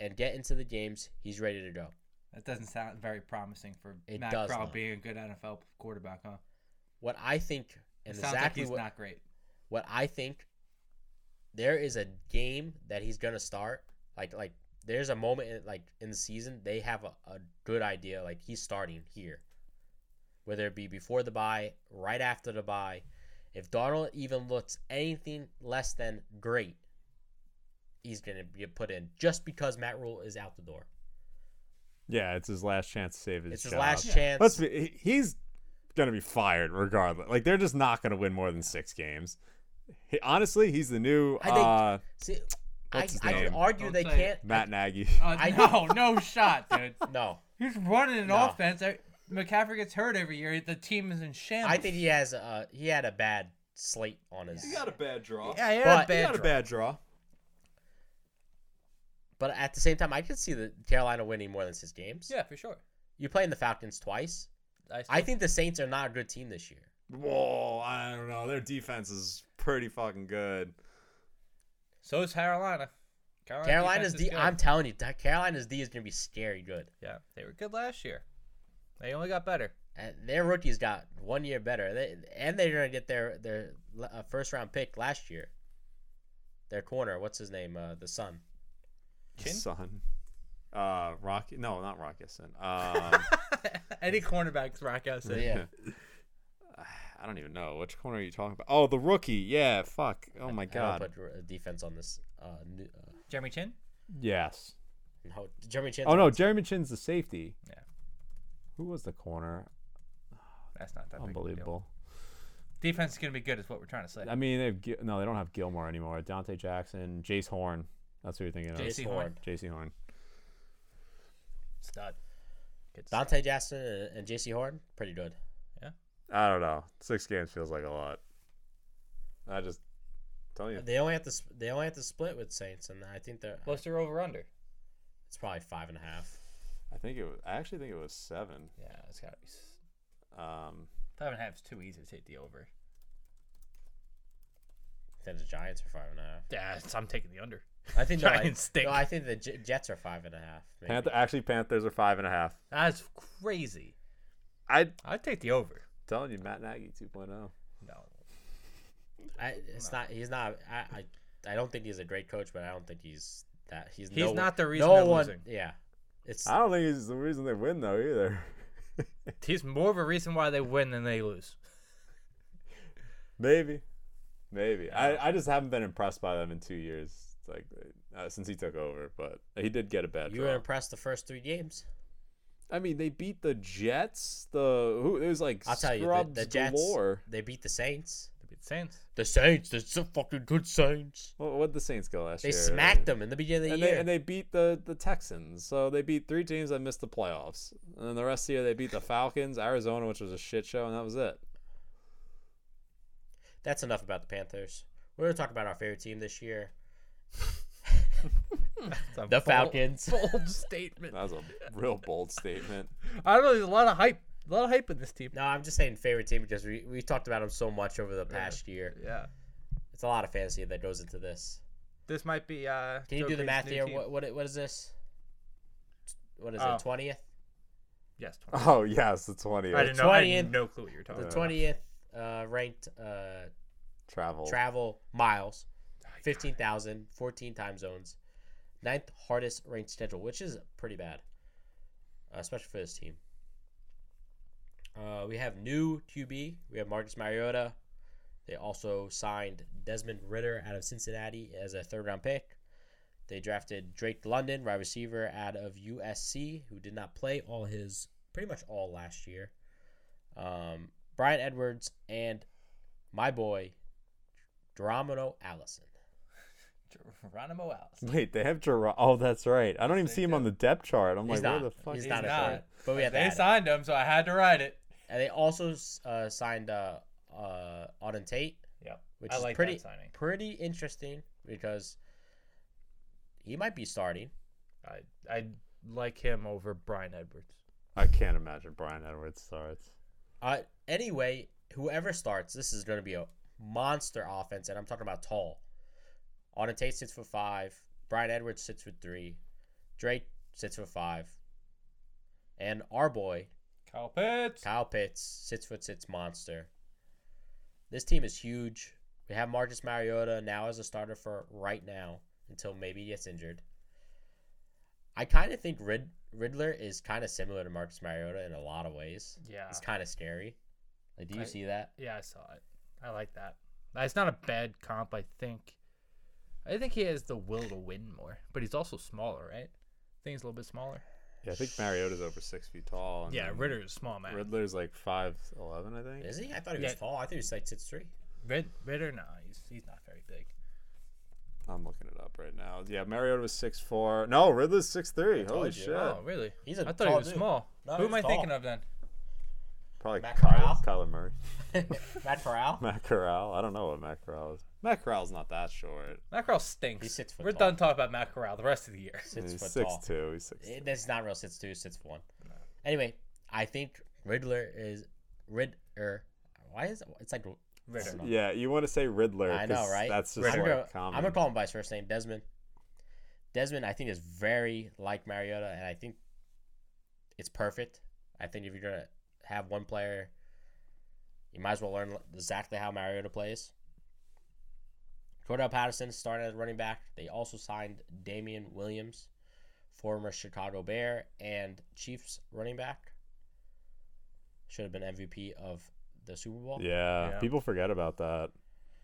Speaker 1: and get into the games, he's ready to go.
Speaker 4: That doesn't sound very promising for
Speaker 1: It
Speaker 4: Matt
Speaker 1: does
Speaker 4: Corral
Speaker 1: not.
Speaker 4: being a good NFL quarterback, huh?
Speaker 1: What I think
Speaker 4: It
Speaker 1: and
Speaker 4: sounds
Speaker 1: exactly
Speaker 4: like he's
Speaker 1: what
Speaker 4: not great.
Speaker 1: what I think there is a game that he's gonna start. Like like there's a moment in, like in the season they have a, a good idea. Like he's starting here, whether it be before the bye, right after the bye. If Donald even looks anything less than great, he's gonna get put in just because Matt Rule is out the door.
Speaker 3: Yeah, it's his last chance to save his.
Speaker 1: it's his
Speaker 3: job.
Speaker 1: last
Speaker 4: Yeah.
Speaker 1: chance.
Speaker 3: Let's be. he- He's gonna be fired regardless. Like they're just not gonna win more than six games. He, honestly, he's the new
Speaker 1: I think-
Speaker 3: uh,
Speaker 1: See, I,
Speaker 3: What's his
Speaker 1: I can
Speaker 3: name?
Speaker 1: argue
Speaker 4: Don't
Speaker 1: they
Speaker 4: say it.
Speaker 1: can't.
Speaker 3: Matt Nagy.
Speaker 4: Uh,
Speaker 1: I-
Speaker 4: no, no shot, dude.
Speaker 1: No,
Speaker 4: He's running an
Speaker 1: No.
Speaker 4: offense. I- McCaffrey gets hurt every year. The team is in shambles.
Speaker 1: I think he has a he had a bad slate on his.
Speaker 3: a bad draw.
Speaker 2: Yeah, he had
Speaker 1: But-
Speaker 2: a bad draw.
Speaker 3: bad draw.
Speaker 1: But at the same time, I could see the Carolina winning more than six games.
Speaker 2: Yeah, for sure.
Speaker 1: You're playing the Falcons twice.
Speaker 2: I,
Speaker 1: I think the Saints are not a good team this year.
Speaker 3: Whoa, I don't know. Their defense is pretty fucking good.
Speaker 2: so is Carolina. Carolina
Speaker 1: Carolina's
Speaker 2: defense is
Speaker 1: D.
Speaker 2: good.
Speaker 1: I'm telling you, that Carolina's D is going to be scary good.
Speaker 2: Yeah, they were good last year. They only got better.
Speaker 1: And their rookies got one year better, and, they, and they're going to get their their uh, first round pick last year. Their corner, what's his name? Uh, the son.
Speaker 2: Chin?
Speaker 3: Son. Uh, Rocky. No, not Rockison. Um,
Speaker 2: Any cornerbacks, rock out.
Speaker 1: So, yeah,
Speaker 3: I don't even know which corner are you talking about. Oh, the rookie. Yeah. Fuck. Oh my
Speaker 1: I
Speaker 3: god.
Speaker 1: don't put uh, defense on this. Uh, new, uh,
Speaker 2: Jeremy Chin.
Speaker 3: Yes.
Speaker 1: no, Jeremy Chin.
Speaker 3: Oh no, Jeremy Chin's the safety.
Speaker 2: Yeah.
Speaker 3: Who was the corner?
Speaker 2: That's not that big of a deal.
Speaker 3: Unbelievable.
Speaker 2: Defense is going to be good, is what we're trying to say.
Speaker 3: I mean, they've Gil- no, they don't have Gilmore anymore. Dante Jackson, Jace Horn. That's who you're thinking of.
Speaker 1: J.C.
Speaker 2: J.C.
Speaker 1: Horn,
Speaker 2: Horn.
Speaker 3: J.C. Horn.
Speaker 2: Stud. Good stud.
Speaker 1: Dante Jackson, and- and J.C. Horn, pretty good.
Speaker 3: I don't know. Six games feels like a lot. I just tell you.
Speaker 1: They only have to sp- they only have to split with Saints, and I think they're
Speaker 2: What's their over under?
Speaker 1: it's probably five and a half.
Speaker 3: I think it was. I actually think it was seven.
Speaker 2: Yeah, it's got to be. s-
Speaker 3: Um,
Speaker 2: Five and a half is too easy to take the over.
Speaker 1: Then the Giants are five and a half.
Speaker 2: Yeah, so I'm taking the under.
Speaker 1: I think no, I,
Speaker 2: Giants stink.
Speaker 1: no, I think the J- Jets are five and a half. maybe.
Speaker 3: Panther, actually, Panthers are five and a half.
Speaker 2: That's crazy.
Speaker 3: I'm
Speaker 2: I'd take the over.
Speaker 3: telling you, Matt Nagy oh. 2.0.
Speaker 2: No.
Speaker 1: I, it's not. He's not. I, I I don't think he's a great coach, but I don't think he's that. He's
Speaker 2: He's
Speaker 1: no-
Speaker 2: not the reason
Speaker 1: no
Speaker 2: they're
Speaker 1: one-
Speaker 2: losing.
Speaker 1: Yeah, it's
Speaker 3: I don't think he's the reason they win though either.
Speaker 2: He's more of a reason why they win than they lose.
Speaker 3: Maybe, maybe. I, I just haven't been impressed by them in two years. It's Like uh, since he took over, but he did get a bad
Speaker 1: you
Speaker 3: draw.
Speaker 1: were impressed the first three games.
Speaker 3: I mean, they beat the Jets. The who it was like
Speaker 1: I'll tell you, the,
Speaker 3: scrubs
Speaker 1: the Jets
Speaker 3: galore.
Speaker 1: they beat the Saints.
Speaker 2: They beat the Saints.
Speaker 1: The Saints, they're so fucking good Saints.
Speaker 3: What what the Saints go last
Speaker 1: They
Speaker 3: year?
Speaker 1: smacked them in the beginning of
Speaker 3: And
Speaker 1: the
Speaker 3: they,
Speaker 1: year.
Speaker 3: and they beat the, the Texans. So they beat three teams that missed the playoffs. And then the rest of the year, they beat the Falcons, Arizona, which was a shit show, and that was it.
Speaker 1: That's enough about the Panthers. We're gonna talk about our favorite team this year,
Speaker 2: It's a
Speaker 1: the
Speaker 2: bold-
Speaker 1: Falcons.
Speaker 2: Bold statement.
Speaker 3: That was a real bold statement.
Speaker 2: I don't know. There's a lot of hype. A lot of hype in this team.
Speaker 1: No, I'm just saying favorite team because we we talked about them so much over the past year.
Speaker 2: Yeah.
Speaker 1: It's a lot of fantasy that goes into this.
Speaker 2: This might be. uh
Speaker 1: Can you
Speaker 2: Joe
Speaker 1: do the
Speaker 2: Green's
Speaker 1: math
Speaker 2: new
Speaker 1: here?
Speaker 2: team.
Speaker 1: What, what what is this? What is
Speaker 2: Oh.
Speaker 1: it? Twentieth.
Speaker 2: Yes. 20.
Speaker 3: Oh, yes, the 20th.
Speaker 2: I didn't know. I
Speaker 1: 20th.
Speaker 2: had no clue what you're talking
Speaker 1: The
Speaker 2: about.
Speaker 1: twentieth uh, ranked uh,
Speaker 3: Travel.
Speaker 1: travel miles, fifteen thousand, fourteen time zones, ninth hardest ranked schedule, which is pretty bad, uh, especially for this team. Uh, we have new QB. We have Marcus Mariota. They also signed Desmond Ritter out of Cincinnati as a third round pick. They drafted Drake London, wide receiver out of USC, who did not play all his pretty much all last year. Um, Brian Edwards and my boy Geronimo Allison.
Speaker 2: Geronimo Allison.
Speaker 3: Wait, they have Gerard. Oh, that's right. I don't even see him on the depth chart. I'm
Speaker 1: He's
Speaker 3: like,
Speaker 1: not.
Speaker 3: where the fuck
Speaker 1: he's,
Speaker 3: is
Speaker 1: not.
Speaker 3: he?
Speaker 1: a
Speaker 4: not.
Speaker 1: third, But we had to
Speaker 4: they
Speaker 1: add him.
Speaker 4: signed him, so I had to write it.
Speaker 1: And they also uh, signed uh, uh, Auden Tate,
Speaker 2: Yep.
Speaker 1: which
Speaker 2: I
Speaker 1: is
Speaker 2: like that
Speaker 1: pretty
Speaker 2: signing.
Speaker 1: pretty interesting because he might be starting.
Speaker 2: I I like him over Brian Edwards.
Speaker 3: I can't imagine Brian Edwards starts.
Speaker 1: Uh, anyway, whoever starts, this is going to be a monster offense, and I'm talking about tall. Auden Tate sits for five. Brian Edwards sits for three. Drake sits for five. and our boy
Speaker 4: Kyle Pitts.
Speaker 1: Kyle Pitts, six foot six monster. This team is huge. We have Marcus Mariota now as a starter for right now until maybe he gets injured. I kind of think Rid- Riddler is kind of similar to Marcus Mariota in a lot of ways.
Speaker 2: Yeah.
Speaker 1: It's kind of scary. Like, do you
Speaker 2: I-
Speaker 1: see that?
Speaker 2: Yeah, I saw it. I like that. Uh, It's not a bad comp, I think. I think he has the will to win more, but he's also smaller, right? I think he's a little bit smaller.
Speaker 3: Yeah, I think Mariota's over six feet tall. and
Speaker 2: Yeah,
Speaker 3: then
Speaker 2: Ritter is small man.
Speaker 3: Riddler's like five eleven, I think.
Speaker 1: Is he? I thought he was
Speaker 2: Yeah.
Speaker 1: tall. I thought he was like six three.
Speaker 2: Rid- Ritter, no, he's he's not very big.
Speaker 3: I'm looking it up right now. Yeah, Mariota was six four. No, Riddler's six three.
Speaker 1: told
Speaker 3: Holy
Speaker 1: you.
Speaker 3: shit!
Speaker 2: Oh, really?
Speaker 1: He's
Speaker 2: I
Speaker 1: a
Speaker 2: thought he
Speaker 1: tall
Speaker 2: was
Speaker 1: dude.
Speaker 2: small.
Speaker 1: No,
Speaker 2: Who am I
Speaker 1: he's
Speaker 2: thinking
Speaker 1: tall.
Speaker 2: of then?
Speaker 3: Probably
Speaker 1: Matt
Speaker 3: Kyle,
Speaker 1: Corral?
Speaker 3: Kyler Murray.
Speaker 1: Matt Corral.
Speaker 3: Matt Corral. I don't know what Matt Corral is. Matt Corral's not that short.
Speaker 2: Matt Corral stinks.
Speaker 1: He's six foot
Speaker 2: We're
Speaker 1: tall.
Speaker 2: done talking about Matt Corral the rest of the year.
Speaker 1: Six
Speaker 3: he's
Speaker 1: foot
Speaker 3: six
Speaker 1: tall.
Speaker 3: two. He's six.
Speaker 1: It, that's not real. Sits two, sits one. Anyway, I think Riddler is Riddler. Why is it? It's like
Speaker 2: Ritter.
Speaker 1: don't know.
Speaker 3: Yeah, you want to say Riddler.
Speaker 1: I know,
Speaker 3: 'cause
Speaker 1: right?
Speaker 3: That's just
Speaker 1: I'm
Speaker 3: like
Speaker 1: gonna,
Speaker 3: common.
Speaker 1: I'm gonna call him by his first name, Desmond. Desmond, I think is very like Mariota, and I think it's perfect. I think if you're gonna have one player, you might as well learn exactly how Mariota plays. Cordell Patterson started as running back. They also signed Damian Williams, former Chicago Bear and Chiefs running back. Should have been MVP of the Super Bowl.
Speaker 3: yeah,
Speaker 2: Yeah.
Speaker 3: people forget about that.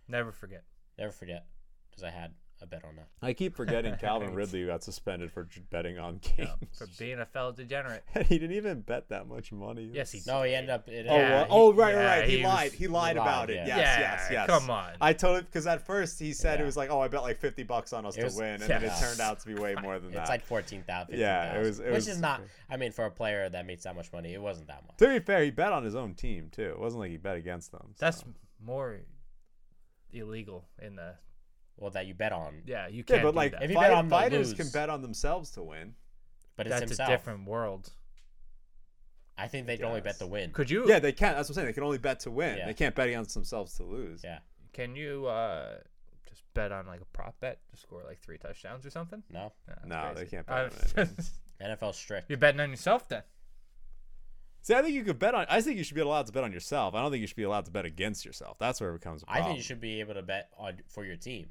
Speaker 2: Never forget.
Speaker 1: Never forget, because I had a bet on that.
Speaker 3: I keep forgetting Calvin Ridley got suspended for j- betting on games.
Speaker 2: Yeah, for being a fellow degenerate.
Speaker 3: and he didn't even bet that much money.
Speaker 2: Yes, he
Speaker 1: No, he ended up. It,
Speaker 3: Oh,
Speaker 2: Yeah,
Speaker 3: what?
Speaker 1: he-
Speaker 3: oh right,
Speaker 2: yeah,
Speaker 3: right, right. He,
Speaker 2: he
Speaker 3: lied.
Speaker 2: was-
Speaker 3: he lied
Speaker 1: he
Speaker 3: about
Speaker 1: lied,
Speaker 3: it.
Speaker 1: yeah.
Speaker 3: Yes,
Speaker 2: Yeah,
Speaker 3: yes, yes.
Speaker 2: come on.
Speaker 3: I totally because at first he said it
Speaker 1: Yeah.
Speaker 3: was like, oh, I bet like fifty bucks on us
Speaker 1: It
Speaker 3: to
Speaker 1: was-
Speaker 3: win, and
Speaker 2: yeah.
Speaker 3: then it turned out to be way more than that.
Speaker 1: It's like fourteen thousand.
Speaker 3: Yeah, it was- it
Speaker 1: which
Speaker 3: was-
Speaker 1: is not. I mean, for a player that makes that much money, it wasn't that much.
Speaker 3: to be fair, he bet on his own team too. It wasn't like he bet against them. so.
Speaker 2: That's more illegal in the.
Speaker 1: Well, that you bet on,
Speaker 2: Yeah, you
Speaker 3: yeah,
Speaker 2: can't.
Speaker 3: but
Speaker 2: do
Speaker 3: like
Speaker 2: that.
Speaker 1: If you
Speaker 3: fi-
Speaker 1: bet on them,
Speaker 3: fighters
Speaker 1: lose.
Speaker 3: can bet on themselves to win.
Speaker 1: but it's
Speaker 2: that's
Speaker 1: himself.
Speaker 2: a different world.
Speaker 1: I think they would only bet the win.
Speaker 2: Could you?
Speaker 3: Yeah, they can't. That's what I'm saying. They can only bet to win.
Speaker 1: Yeah.
Speaker 3: They can't bet against themselves to lose.
Speaker 1: Yeah.
Speaker 2: Can you uh, just bet on like a prop bet to score like three touchdowns or something?
Speaker 1: No,
Speaker 2: that's
Speaker 3: No, they can't bet
Speaker 2: Uh,
Speaker 3: on anything.
Speaker 1: NFL strict.
Speaker 2: You're betting on yourself then.
Speaker 3: See, I think you could bet on. I think you should be allowed to bet on yourself. I don't think you should be allowed to bet against yourself. That's where it becomes. A
Speaker 1: I
Speaker 3: problem.
Speaker 1: think you should be able to bet on for your team.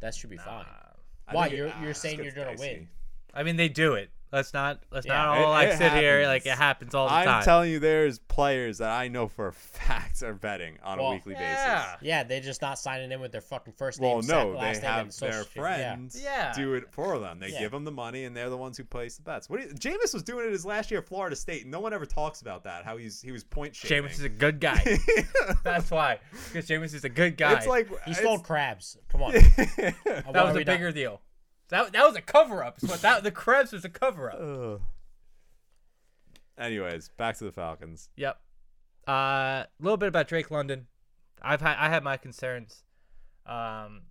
Speaker 1: That should be fine.
Speaker 2: Uh,
Speaker 3: I
Speaker 1: Why?
Speaker 3: think it-
Speaker 1: You're
Speaker 3: ah,
Speaker 1: you're
Speaker 3: this
Speaker 1: saying you're
Speaker 3: gets
Speaker 1: gonna
Speaker 3: dicey.
Speaker 1: win.
Speaker 2: I mean, they do it. Let's not. Let's
Speaker 1: Yeah.
Speaker 2: not
Speaker 3: It-
Speaker 2: all like
Speaker 3: it
Speaker 2: sit here like it
Speaker 3: happens.
Speaker 2: happens all the
Speaker 3: I'm
Speaker 2: time.
Speaker 3: telling you, there's players that I know for a fact are betting on
Speaker 1: Well,
Speaker 3: a weekly
Speaker 2: yeah.
Speaker 3: basis.
Speaker 1: Yeah, they're just not signing in with their fucking first name.
Speaker 3: Well,
Speaker 1: sec-
Speaker 3: no, they
Speaker 1: last name, and
Speaker 3: have
Speaker 1: social
Speaker 3: their
Speaker 1: security. Yeah.
Speaker 3: friends
Speaker 2: Yeah.
Speaker 3: do it for them. They
Speaker 1: Yeah.
Speaker 3: give them the money, and they're the ones who place the bets. What? Do you, Jameis was doing it his last year at Florida State. and No one ever talks about that. How he's he was point shaving.
Speaker 2: Jameis is a good guy. That's why, because Jameis is a good guy.
Speaker 3: it's like
Speaker 1: He stole crabs. Come on.
Speaker 3: it's-
Speaker 1: Why
Speaker 2: that
Speaker 1: are
Speaker 2: was
Speaker 1: we
Speaker 2: a
Speaker 1: not-
Speaker 2: bigger deal. That that was a cover up. But that the Krebs was a cover up.
Speaker 3: Ugh. Anyways, back to the Falcons.
Speaker 2: Yep. Uh, A little bit about Drake London. I've had I had my concerns. Um,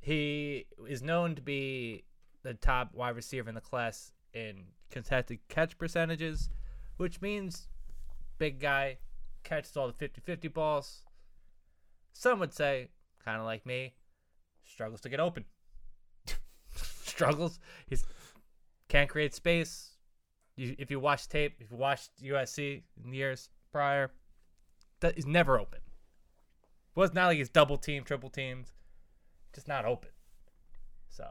Speaker 2: he is known to be the top wide receiver in the class in contested catch percentages, which means big guy catches all the 50-50 balls. Some would say, kind of like me, struggles to get open. struggles. He's can't create space you, if you watch tape, if you watched USC in the years prior, that is never open. Well, it's not like it's double team, triple teamed, just not open. So,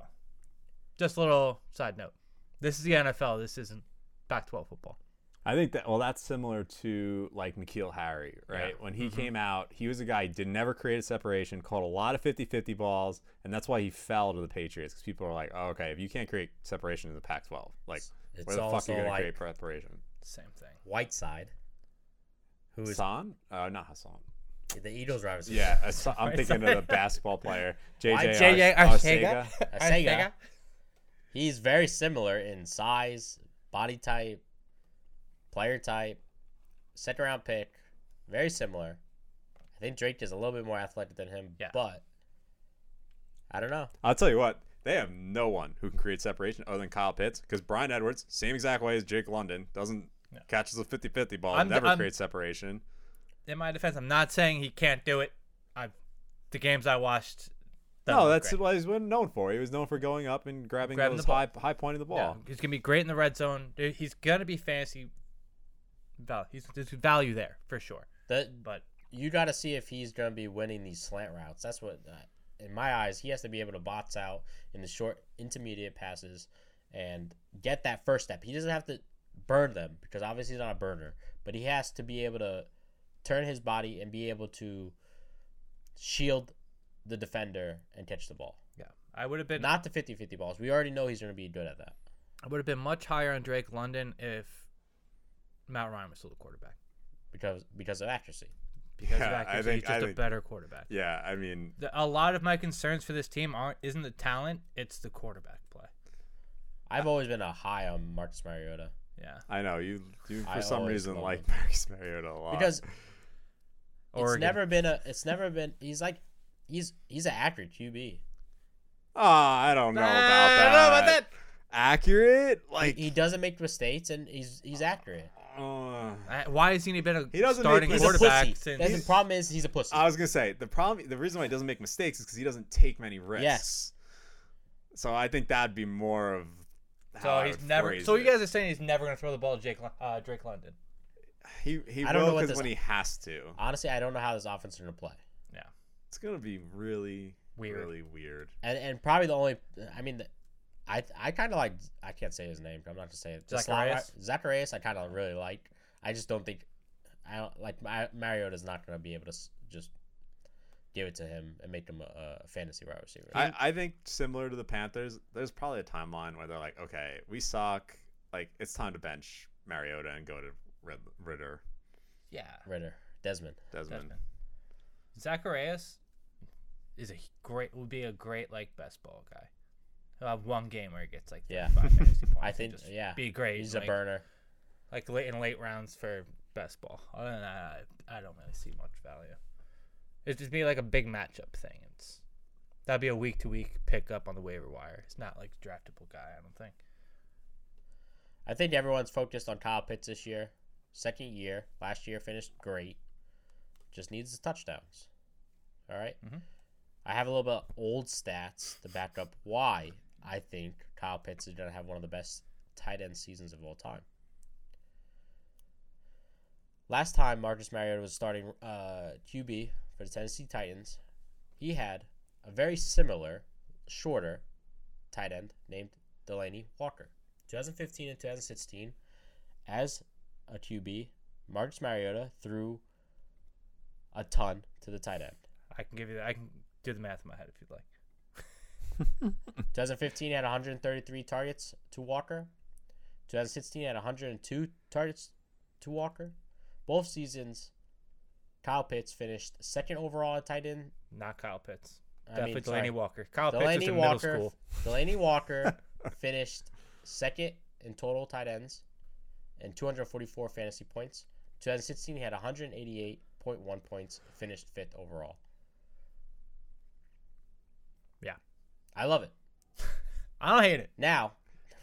Speaker 2: just a little side note. This is the NFL. This isn't back 12 football.
Speaker 3: I think that well, that's similar to like Nikhil Harry, right? When
Speaker 2: Mm-hmm.
Speaker 3: he came out, he was a guy who did never create a separation, caught a lot of 50-50 balls, and that's why he fell to the Patriots because people are like, oh, okay, if you can't create separation in the Pac-12, like
Speaker 1: It's
Speaker 3: where the fuck are
Speaker 1: also
Speaker 3: you gonna
Speaker 1: like-
Speaker 3: create preparation?
Speaker 2: Same thing.
Speaker 1: Whiteside, who is
Speaker 3: Hassan? Uh, not Hassan.
Speaker 1: the Eagles wide receiver.
Speaker 3: Yeah, Hassan- I'm thinking of the basketball player JJ
Speaker 2: JJ
Speaker 3: Ar-
Speaker 2: Arcega.
Speaker 3: Arcega.
Speaker 1: Arcega. He's very similar in size, body type, player type, second round pick. Very similar. I think Drake is a little bit more athletic than him,
Speaker 2: Yeah.
Speaker 1: but I don't know.
Speaker 3: I'll tell you what, they have no one who can create separation other than Kyle Pitts because Brian Edwards, same exact way as Jake London, doesn't catches a 50 50 ball,
Speaker 2: I'm-
Speaker 3: never
Speaker 2: I'm-
Speaker 3: creates separation.
Speaker 2: In my defense, I'm not saying he can't do it. I, the games I watched. that
Speaker 3: No,
Speaker 2: were
Speaker 3: that's
Speaker 2: great.
Speaker 3: what he's been known for. He was known for going up and grabbing,
Speaker 2: Grabbing
Speaker 3: those
Speaker 2: the ball.
Speaker 3: high, high point of the ball.
Speaker 2: No, he's gonna be great in the red zone. Dude, He's gonna be fantasy Val- he's, there's value there for sure.
Speaker 1: That
Speaker 2: But
Speaker 1: you got to see if he's going to be winning these slant routes. That's what, uh, in my eyes, he has to be able to bots out in the short, intermediate passes and get that first step. He doesn't have to burn them because obviously he's not a burner, but he has to be able to turn his body and be able to shield the defender and catch the ball.
Speaker 2: yeah, I would have been
Speaker 1: Not the 50 50 balls. We already know he's going to be good at that.
Speaker 2: I would have been much higher on Drake London if Matt Ryan was still the quarterback
Speaker 1: Because because of accuracy,
Speaker 2: because
Speaker 3: Yeah,
Speaker 2: of
Speaker 3: I
Speaker 2: accuracy,
Speaker 3: think-
Speaker 2: he's just
Speaker 3: I
Speaker 2: a
Speaker 3: think-
Speaker 2: better quarterback.
Speaker 3: Yeah, I mean,
Speaker 2: The, a lot of my concerns for this team aren't isn't the talent, it's the quarterback play.
Speaker 1: I've always been a high on Marcus Mariota
Speaker 2: Yeah,
Speaker 3: I know you. You for
Speaker 1: I
Speaker 3: some
Speaker 1: always
Speaker 3: reason
Speaker 1: love
Speaker 3: like
Speaker 1: him.
Speaker 3: Marcus Mariota a lot
Speaker 1: because
Speaker 2: Oregon.
Speaker 1: It's never been a. It's never been. He's like, he's he's an accurate QB.
Speaker 3: Ah, I don't know about
Speaker 2: I
Speaker 3: that.
Speaker 2: don't know about that.
Speaker 3: Accurate, like
Speaker 1: He doesn't make mistakes and he's he's accurate.
Speaker 3: uh,
Speaker 2: I- Why has he not been a
Speaker 3: He doesn't make-
Speaker 2: starting
Speaker 3: He's
Speaker 1: He's
Speaker 3: a
Speaker 2: quarterback
Speaker 1: a pussy.
Speaker 2: since?
Speaker 1: That's the problem is he's a pussy.
Speaker 3: I was gonna say the problem. The reason why he doesn't make mistakes is because he doesn't take many risks.
Speaker 1: Yes.
Speaker 3: So I think that'd be more of. How
Speaker 2: so
Speaker 3: I
Speaker 2: he's
Speaker 3: would
Speaker 2: never.
Speaker 3: phrase
Speaker 2: So you
Speaker 3: it.
Speaker 2: guys are saying he's never going to throw the ball to Jake, Lon- uh, Drake London?
Speaker 3: He he
Speaker 1: I don't know
Speaker 3: will
Speaker 1: what
Speaker 3: because
Speaker 1: this-
Speaker 3: when he has to,
Speaker 1: Honestly, I don't know how this offense is gonna play.
Speaker 3: it's gonna be really
Speaker 2: Weird.
Speaker 3: really weird.
Speaker 1: And and probably the only. I mean, the, I I kind of like. I can't say his name. I'm not gonna say it. The slot
Speaker 2: Zacharias?
Speaker 1: guy- Zacharias, I kind of really like. I just don't think. I don't like Ma- Mariota's not gonna be able to s- just give it to him and make him a, a fantasy wide receiver.
Speaker 3: I, I think similar to the Panthers, there's probably a timeline where they're like, okay, we suck. Like it's time to bench Mariota and go to Rid- Ritter
Speaker 2: Yeah,
Speaker 1: Ritter Desmond.
Speaker 3: Desmond.
Speaker 2: Desmond. Zacharias is a great. Would be a great like best ball guy. He'll have one game where he gets like
Speaker 1: Yeah.
Speaker 2: 35 fantasy points.
Speaker 1: I
Speaker 2: and
Speaker 1: think
Speaker 2: just
Speaker 1: yeah.
Speaker 2: be great.
Speaker 1: He's a
Speaker 2: and, like,
Speaker 1: burner.
Speaker 2: like late in late rounds for best ball. Other than that, I, I don't really see much value. It'd just be like a big matchup thing. It's that'd be a week to week pickup on the waiver wire. It's not like a draftable guy. I don't think.
Speaker 1: I think everyone's focused on Kyle Pitts this year. Second year, last year finished great. Just needs the touchdowns. All right?
Speaker 2: Mhm.
Speaker 1: I have a little bit of old stats to back up why I think Kyle Pitts is going to have one of the best tight end seasons of all time. Last time Marcus Mariota was starting uh, QB for the Tennessee Titans, he had a very similar, shorter tight end named Delaney Walker. 2015 and 2016, as a QB, Marcus Mariota threw a ton to the tight end.
Speaker 2: I can give you. that. I can do the math in my head if you'd like.
Speaker 1: 2015 had 133 targets to Walker. 2016 had 102 targets to Walker. Both seasons, Kyle Pitts finished second overall at tight end.
Speaker 2: Not Kyle Pitts.
Speaker 1: I
Speaker 2: Definitely
Speaker 1: mean,
Speaker 2: Delaney
Speaker 1: sorry,
Speaker 2: Walker. Kyle Pitts is
Speaker 1: Delaney
Speaker 2: in
Speaker 1: Walker.
Speaker 2: middle school.
Speaker 1: Delaney Walker finished second in total tight ends and 244 fantasy points. 2016, he had 188.1 points, finished fifth overall.
Speaker 2: Yeah.
Speaker 1: I love it.
Speaker 2: I don't hate it.
Speaker 1: Now,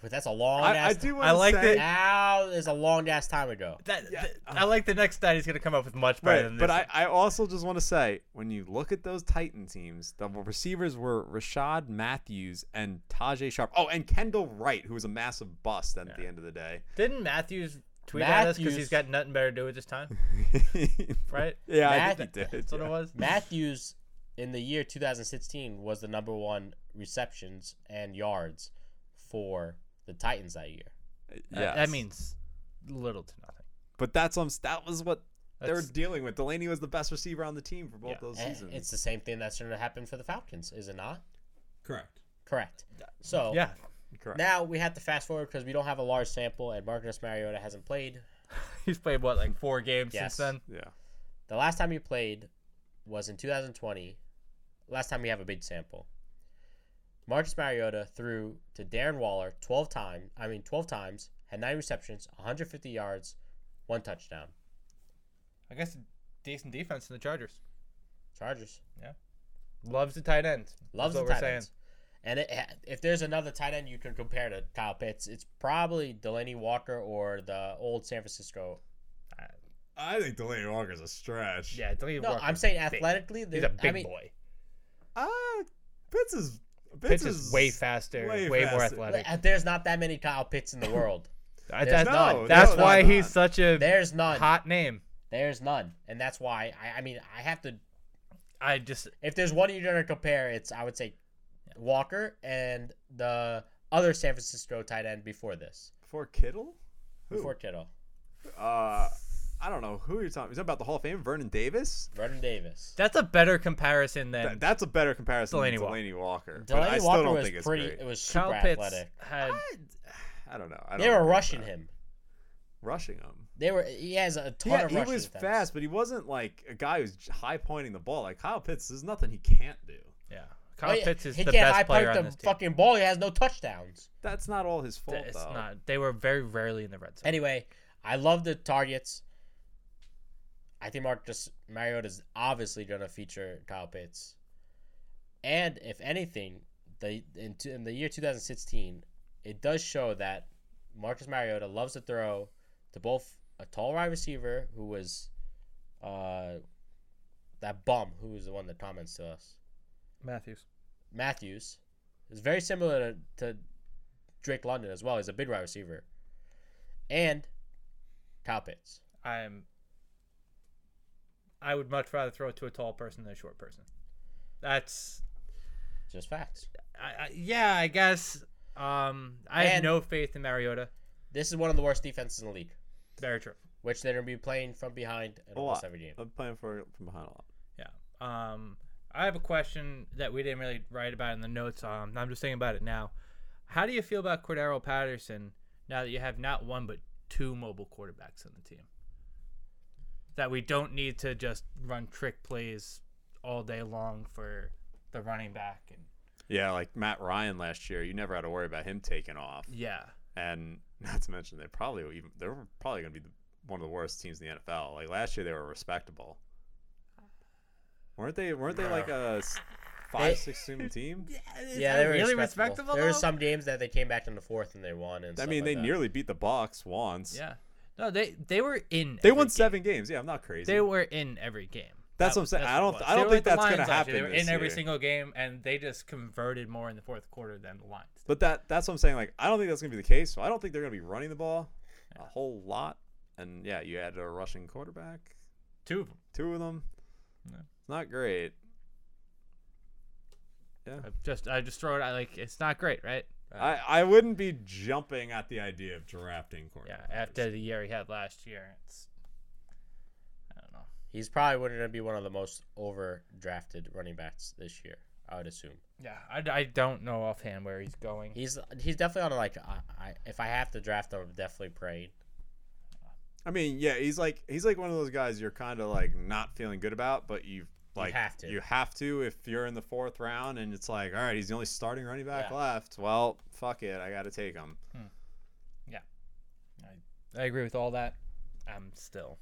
Speaker 1: but that's a long
Speaker 3: I,
Speaker 1: ass.
Speaker 3: I do.
Speaker 2: I
Speaker 3: wanna
Speaker 2: like
Speaker 3: say,
Speaker 2: that-
Speaker 1: Now is a long ass time ago.
Speaker 2: That,
Speaker 3: Yeah.
Speaker 2: th- I like the next stat he's gonna come up with much better
Speaker 3: Right,
Speaker 2: than this.
Speaker 3: but I, I also just want to say when you look at those Titan teams, the receivers were Rashad Matthews and Tajay Sharp. Oh, and Kendall Wright, who was a massive bust at the end of the day.
Speaker 2: Didn't Matthews tweet at us because
Speaker 1: Matthews-
Speaker 2: he's got nothing better to do at this time, right?
Speaker 3: yeah, I
Speaker 1: Matt-
Speaker 3: think he did.
Speaker 2: That's what
Speaker 3: yeah.
Speaker 2: it was.
Speaker 1: Matthews in the year 2016 was the number one receptions and yards for the Titans that year.
Speaker 2: That-
Speaker 3: Yes.
Speaker 2: That means little to nothing.
Speaker 3: But that's um, that was what they were
Speaker 2: That's-
Speaker 3: dealing with. Delaney was the best receiver on the team for both
Speaker 2: Yeah.
Speaker 3: those
Speaker 1: And
Speaker 3: seasons.
Speaker 1: It's the same thing that's going to happen for the Falcons, is it not?
Speaker 4: Correct.
Speaker 1: Correct. So
Speaker 2: Yeah.
Speaker 3: Correct.
Speaker 1: now we have to fast forward because we don't have a large sample, and Marcus Mariota hasn't played.
Speaker 2: He's played what, like four games
Speaker 1: Yes.
Speaker 2: since then?
Speaker 3: yeah.
Speaker 1: The last time he played was in 2020. Last time we have a big sample. Marcus Mariota threw to Darren Waller 12 times. I mean, 12 times had nine receptions, 150 yards, one touchdown.
Speaker 2: I guess a decent defense in the Chargers.
Speaker 1: Chargers
Speaker 2: Loves the tight end.
Speaker 1: loves the
Speaker 2: That's what we're
Speaker 1: tight ends. And it, if there's another tight end you can compare to Kyle Pitts, it's probably Delaney Walker or the old San Francisco.
Speaker 3: I think Delaney Walker's a stretch.
Speaker 2: Yeah, Delaney
Speaker 1: No,
Speaker 2: Walker's
Speaker 1: I'm saying
Speaker 2: big.
Speaker 1: athletically,
Speaker 2: He's
Speaker 1: they're-
Speaker 2: a big
Speaker 1: I mean,
Speaker 2: boy.
Speaker 3: Ah, Pitts is
Speaker 2: Pitts
Speaker 3: Pitts,
Speaker 2: is way faster,
Speaker 3: way
Speaker 2: way, more
Speaker 3: faster.
Speaker 1: uh,
Speaker 2: athletic.
Speaker 1: There's not that many Kyle Pitts in the world.
Speaker 2: I-
Speaker 1: There's
Speaker 2: that's
Speaker 3: no-
Speaker 2: not. That's
Speaker 1: there's
Speaker 2: why
Speaker 3: not.
Speaker 2: he's such a
Speaker 1: There's none.
Speaker 2: hot name.
Speaker 1: There's none, and that's why I, I mean I have to.
Speaker 2: I just
Speaker 1: If there's one you're gonna compare, it's I would say Walker and the other San Francisco tight end before this,
Speaker 3: Before Kittle? Who?
Speaker 1: before Kittle,
Speaker 3: Uh, I don't know who you're talking. You're talking about the Hall of Fame, Vernon Davis.
Speaker 1: Vernon Davis.
Speaker 2: that's a better comparison than
Speaker 3: That, that's a better comparison
Speaker 2: Delaney
Speaker 3: than
Speaker 2: Walker.
Speaker 3: Delaney Walker. but I
Speaker 1: Delaney
Speaker 3: still
Speaker 1: Walker
Speaker 3: don't
Speaker 1: was
Speaker 3: think it's
Speaker 1: pretty.
Speaker 3: great.
Speaker 1: It was super
Speaker 2: Kyle Pitts
Speaker 1: athletic.
Speaker 2: had.
Speaker 3: I don't know. I don't
Speaker 1: They were
Speaker 3: think
Speaker 1: rushing
Speaker 3: that-
Speaker 1: him.
Speaker 3: Rushing him.
Speaker 1: They were. He has a ton
Speaker 3: Yeah,
Speaker 1: of
Speaker 3: he
Speaker 1: rushing.
Speaker 3: was
Speaker 1: attempts.
Speaker 3: fast, but he wasn't like a guy who's high pointing the ball. Like Kyle Pitts, there's nothing he can't do.
Speaker 2: Yeah,
Speaker 1: Oh,
Speaker 2: Kyle
Speaker 1: yeah,
Speaker 2: Pitts is
Speaker 1: he
Speaker 2: the
Speaker 1: can't
Speaker 2: best
Speaker 1: high-point
Speaker 2: player on
Speaker 1: the
Speaker 2: this team.
Speaker 1: fucking ball. He has no touchdowns.
Speaker 3: That's not all his fault,
Speaker 2: it's
Speaker 3: though.
Speaker 2: not. They were very rarely in the red zone.
Speaker 1: Anyway, I love the targets. I think Mark just Mariota's obviously gonna feature Kyle Pitts, and if anything, the in, t- in the year 2016, it does show that Marcus Mariota loves to throw to both a tall wide receiver who was, uh, that bum who was the one that comments to us,
Speaker 2: Matthews.
Speaker 1: Matthews. is very similar to, to Drake London as well. He's a big wide receiver. And Kyle Pitts.
Speaker 2: I'm. I would much rather throw it to a tall person than a short person. That's.
Speaker 1: Just facts.
Speaker 2: I, I, yeah, I guess. Um, I have
Speaker 1: And-
Speaker 2: no faith in Mariota.
Speaker 1: This is one of the worst defenses in the league,
Speaker 2: Very true.
Speaker 1: which they're going to be playing from behind in
Speaker 3: A
Speaker 1: almost
Speaker 3: lot.
Speaker 1: every game.
Speaker 3: I'm playing for from behind a lot.
Speaker 2: Yeah. Um, I have a question that we didn't really write about in the notes. Um, I'm just thinking about it now. How do you feel about Cordero Patterson now that you have not one but two mobile quarterbacks on the team? That we don't need to just run trick plays all day long for the running back and
Speaker 3: Yeah, like Matt Ryan last year, you never had to worry about him taking off.
Speaker 2: yeah.
Speaker 3: and not to mention they probably were even they were probably going to be the, one of the worst teams in the NFL. Like last year, they were respectable, weren't they? Weren't they like a s-
Speaker 1: They-
Speaker 3: five six team team?
Speaker 1: Yeah, they were
Speaker 2: really
Speaker 1: respectable.
Speaker 2: respectable.
Speaker 1: There were
Speaker 2: though?
Speaker 1: some games that they came back in the fourth and they won. And
Speaker 3: I
Speaker 1: stuff
Speaker 3: mean,
Speaker 1: like
Speaker 3: they
Speaker 1: that.
Speaker 3: nearly beat the Bucks once.
Speaker 2: yeah. No, they they were in.
Speaker 3: they
Speaker 2: every
Speaker 3: won
Speaker 2: game.
Speaker 3: seven games. Yeah, I'm not crazy.
Speaker 2: They were in every game.
Speaker 3: That's
Speaker 2: That-
Speaker 3: what I'm saying. I
Speaker 2: it
Speaker 3: don't-
Speaker 2: was.
Speaker 3: I
Speaker 2: They
Speaker 3: don't
Speaker 2: were
Speaker 3: think
Speaker 2: like the
Speaker 3: that's
Speaker 2: Lions
Speaker 3: gonna
Speaker 2: last year. They
Speaker 3: happen
Speaker 2: were in
Speaker 3: this
Speaker 2: every
Speaker 3: year.
Speaker 2: single game, and they just converted more in the fourth quarter than the Lions.
Speaker 3: but that that's what I'm saying. Like I don't think that's going to be the case. So I don't think they're going to be running the ball a whole lot. And yeah, you had a rushing quarterback,
Speaker 2: Two of them.
Speaker 3: two of them.
Speaker 2: Yeah.
Speaker 3: It's Not great.
Speaker 2: I just I just throw it. I like it's not great, right?
Speaker 3: I, I wouldn't be jumping at the idea of drafting
Speaker 2: Yeah,
Speaker 3: quarterback.
Speaker 2: after the year he had last year, it's I don't know.
Speaker 1: He's probably going to be one of the most over drafted running backs this year, I would assume.
Speaker 2: Yeah, I, I don't know offhand where he's going.
Speaker 1: He's he's definitely on like I, I if I have to draft him, I'm definitely praying.
Speaker 3: I mean, yeah, he's like he's like one of those guys you're kind of like not feeling good about, but you like
Speaker 1: have to.
Speaker 3: You have to if you're in the fourth round and it's like, all right, he's the only starting running back
Speaker 1: Yeah.
Speaker 3: left. Well, fuck it, I got to take him.
Speaker 2: I agree with all that. I'm still.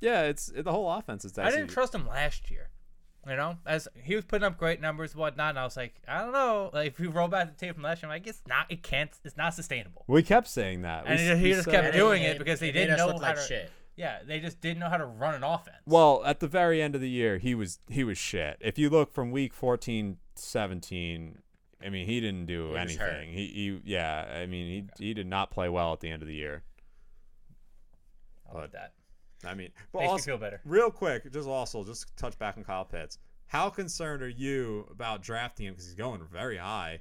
Speaker 3: Yeah, it's the whole offense is.
Speaker 2: I didn't trust him last year. You know, as he was putting up great numbers, and whatnot, and I was like, I don't know. Like if we roll back the tape from last year, I'm like, it's not, it can't, it's not sustainable.
Speaker 3: We kept saying that,
Speaker 2: And
Speaker 3: s-
Speaker 2: he just
Speaker 3: said-
Speaker 2: kept
Speaker 1: And
Speaker 2: doing
Speaker 1: made-
Speaker 2: it because they
Speaker 1: made
Speaker 2: didn't
Speaker 1: us
Speaker 2: know
Speaker 1: look
Speaker 2: how
Speaker 1: like
Speaker 2: to-
Speaker 1: shit.
Speaker 2: Yeah, they just didn't know how to run an offense.
Speaker 3: Well, at the very end of the year, he was he was shit. If you look from week 14, 17, I mean, he didn't do
Speaker 1: was hurt.
Speaker 3: anything. He, he yeah, I mean, he he did not play well at the end of the year.
Speaker 2: I like that.
Speaker 3: I mean, but
Speaker 2: Makes me
Speaker 3: also,
Speaker 2: feel better.
Speaker 3: Real quick, just also just touch back on Kyle Pitts. How concerned are you about drafting him because he's going very high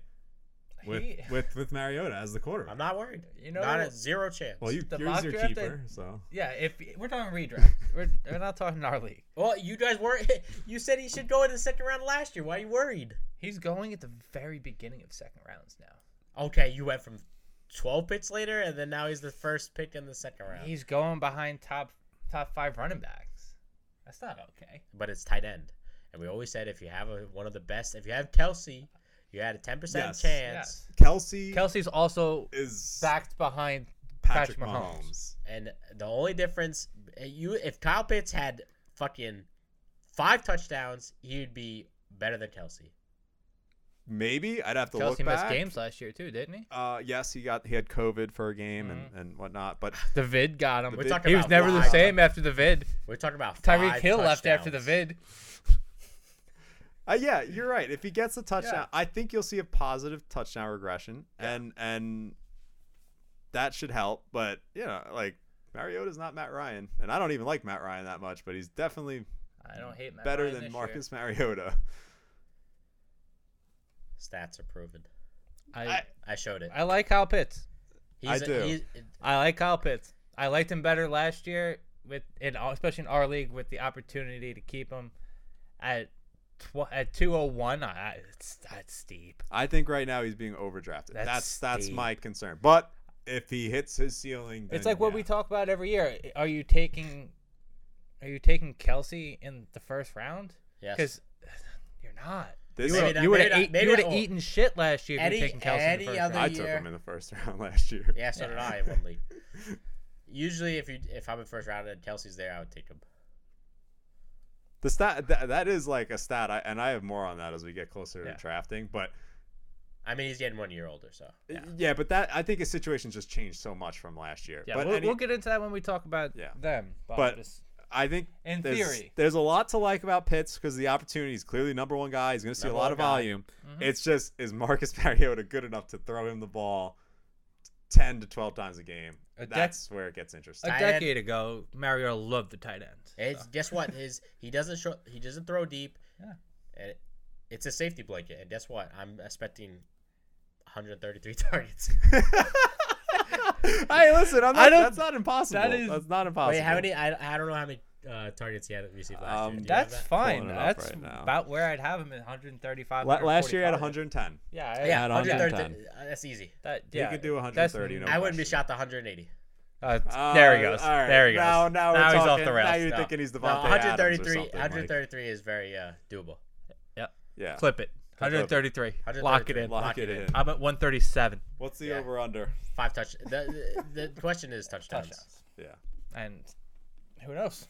Speaker 3: with
Speaker 2: He-
Speaker 3: with with Mariota as the quarterback?
Speaker 1: I'm not worried.
Speaker 2: You know-
Speaker 1: not a zero chance.
Speaker 3: well, you
Speaker 2: The
Speaker 3: you're
Speaker 2: mock
Speaker 3: your
Speaker 2: draft I-
Speaker 3: keeper, so
Speaker 2: Yeah, if we're talking redraft, we're, we're not talking our league.
Speaker 1: Well, you guys were. You said he should go in the second round last year. Why are you worried?
Speaker 2: He's going at the very beginning of second rounds now.
Speaker 1: Okay, you went from twelve picks later, and then now he's the first pick in the second round.
Speaker 2: He's going behind top top five running backs. That's not okay.
Speaker 1: But it's tight end, and we always said if you have a, one of the best, if you have Kelsey, you had a ten percent
Speaker 3: Yes.
Speaker 1: chance.
Speaker 3: Kelsey
Speaker 2: Kelsey's also
Speaker 3: is
Speaker 2: backed behind
Speaker 3: Patrick,
Speaker 2: Patrick Mahomes.
Speaker 3: Mahomes.
Speaker 1: And the only difference, eh, you if Kyle Pitts had fucking five touchdowns, he'd be better than Kelsey.
Speaker 3: Maybe I'd have to
Speaker 2: Kelsey
Speaker 3: look
Speaker 2: missed
Speaker 3: back.
Speaker 2: games last year too, didn't he?
Speaker 3: Uh, yes, he got he had COVID for a game
Speaker 2: Mm-hmm.
Speaker 3: and, and whatnot, but
Speaker 2: The vid got him.
Speaker 1: We're talking
Speaker 2: he was
Speaker 1: about
Speaker 2: never the
Speaker 1: five-
Speaker 2: same after the vid.
Speaker 1: We're talking about
Speaker 2: Tyreek
Speaker 1: five
Speaker 2: Hill left after the
Speaker 1: touchdowns.
Speaker 2: vid.
Speaker 3: uh, yeah, you're right. If he gets a touchdown, I think you'll see a positive touchdown regression, and and that should help. But you know, like Mariota's not Matt Ryan, and I don't even like Matt Ryan that much, but he's definitely
Speaker 2: I don't hate Matt
Speaker 3: better
Speaker 2: Ryan
Speaker 3: than
Speaker 2: this
Speaker 3: Marcus Mariota.
Speaker 1: Stats are proven.
Speaker 2: Year. I,
Speaker 3: I-
Speaker 1: I showed it.
Speaker 2: I like Kyle Pitts.
Speaker 1: He's
Speaker 3: I do.
Speaker 2: I like Kyle Pitts. I liked him better last year with in especially in our league with the opportunity to keep him at tw- at 201. I, I- it's that's steep.
Speaker 3: I think right now he's being overdrafted.
Speaker 2: That's
Speaker 3: That's that's,
Speaker 2: steep.
Speaker 3: my concern. But if he hits his ceiling,
Speaker 2: It's
Speaker 3: then
Speaker 2: like what
Speaker 3: yeah.
Speaker 2: we talk about every year. Are you taking are you taking Kelsey in the first round?
Speaker 1: yes.
Speaker 2: Because you're not.
Speaker 3: This-
Speaker 1: Maybe that-
Speaker 2: You would have
Speaker 1: maybe that- maybe that- oh,
Speaker 2: eaten shit last year if
Speaker 1: Any-
Speaker 2: you're taking Kelsey in
Speaker 1: any
Speaker 2: the first
Speaker 1: other
Speaker 2: round.
Speaker 3: I took
Speaker 1: year.
Speaker 3: him in the first round last year.
Speaker 1: Yeah, so did I in one league. Usually, if you if I'm in first round and Kelsey's there, I would take him.
Speaker 3: The stat that, that is like a stat, I, and I have more on that as we get closer
Speaker 2: Yeah.
Speaker 3: to drafting. But
Speaker 1: I mean, he's getting one year older, so
Speaker 3: yeah. but that I think his situation's just changed so much from last year.
Speaker 2: Yeah,
Speaker 3: but
Speaker 2: we'll,
Speaker 3: any-
Speaker 2: we'll get into that when we talk about
Speaker 3: Yeah.
Speaker 2: them. But,
Speaker 3: But-
Speaker 2: just-
Speaker 3: I think
Speaker 4: In
Speaker 3: there's,
Speaker 4: theory.
Speaker 3: there's a lot to like about Pitts because the opportunity is clearly number one guy. He's going to see
Speaker 1: Number
Speaker 3: a lot
Speaker 1: one
Speaker 3: of
Speaker 1: guy.
Speaker 3: volume. It's just is Marcus Mariota good enough to throw him the ball ten to twelve times a game?
Speaker 2: A dec-
Speaker 3: That's where it gets
Speaker 2: a
Speaker 3: interesting.
Speaker 1: Tight end.
Speaker 2: decade ago, Mario loved the tight end.
Speaker 1: it's
Speaker 2: so.
Speaker 1: guess what? His he doesn't show he doesn't throw deep.
Speaker 2: Yeah.
Speaker 1: And it, it's a safety blanket, and guess what? I'm expecting 133 targets.
Speaker 3: hey, listen, I'm
Speaker 2: I
Speaker 3: not,
Speaker 2: don't-
Speaker 3: that's not impossible.
Speaker 2: that is-
Speaker 3: that's not impossible.
Speaker 1: Wait, how many? I, I don't know how many uh, targets he had received last
Speaker 3: Um,
Speaker 1: year. Do you have
Speaker 2: That's
Speaker 1: that?
Speaker 2: fine.
Speaker 3: Pulling it up
Speaker 2: That's
Speaker 3: right now.
Speaker 2: about where I'd have him at 135.
Speaker 3: La- last year he had
Speaker 2: 145.
Speaker 3: 110.
Speaker 2: Yeah, I-
Speaker 1: yeah,
Speaker 3: Add on
Speaker 1: 133. uh, That's easy.
Speaker 2: That,
Speaker 3: He
Speaker 2: yeah,
Speaker 3: could do
Speaker 2: that's-
Speaker 3: 130, no
Speaker 1: I wouldn't be
Speaker 3: question.
Speaker 1: shocked to 180.
Speaker 2: Uh,
Speaker 3: Uh,
Speaker 2: there he goes.
Speaker 3: all right.
Speaker 2: There he goes.
Speaker 3: Now, now, we're
Speaker 2: he's off
Speaker 3: talking-
Speaker 2: the rails.
Speaker 3: Now you're
Speaker 2: No.
Speaker 3: thinking he's the
Speaker 1: No, 133.
Speaker 3: 133.
Speaker 1: 133 is very uh, doable.
Speaker 3: Yeah.
Speaker 2: Clip it. 133. Lock it in. Uh,
Speaker 1: Lock
Speaker 3: Lock
Speaker 1: it
Speaker 3: it
Speaker 1: in.
Speaker 3: in.
Speaker 2: I'm at 137.
Speaker 3: What's the
Speaker 1: Yeah.
Speaker 3: over under?
Speaker 1: Five touch. The, the, the question is touchdowns.
Speaker 3: Yeah.
Speaker 2: And who knows?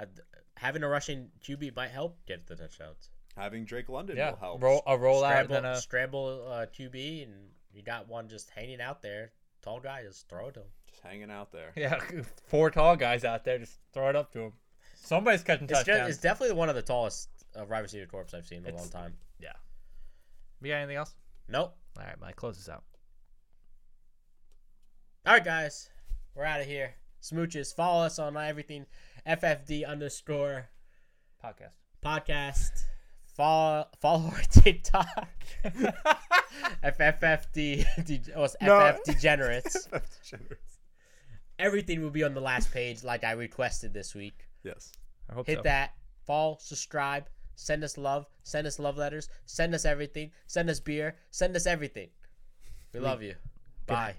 Speaker 1: Uh, th- having a rushing QB might help get the touchdowns.
Speaker 3: Having Drake London
Speaker 2: Yeah.
Speaker 3: will help.
Speaker 2: Roll, a rollout
Speaker 1: Scramble,
Speaker 2: and a.
Speaker 1: scramble uh, QB, and you got one just hanging out there. Tall guy, just throw it to him.
Speaker 3: Just hanging out there.
Speaker 2: Yeah, four tall guys out there. Just throw it up to him. Somebody's catching
Speaker 1: It's, just,
Speaker 2: touchdowns.
Speaker 1: it's definitely one of the tallest uh, wide receiver corps I've seen in a
Speaker 2: It's-
Speaker 1: long time.
Speaker 2: yeah. You got anything else?
Speaker 1: Nope.
Speaker 2: All right, Mike, close this out.
Speaker 1: All right, guys, we're out of here. Smooches, follow us on everything. FFD underscore
Speaker 2: Podcast.
Speaker 1: podcast. Follow follow our TikTok. FFFD de- was
Speaker 3: No.
Speaker 1: FF degenerates.
Speaker 3: That's generous.
Speaker 1: Everything will be on the last page, like I requested this week.
Speaker 3: Yes.
Speaker 2: I hope
Speaker 1: Hit
Speaker 2: so.
Speaker 1: that. Follow, subscribe, send us love, send us love letters, send us everything, send us beer, send us everything. We love you. Bye.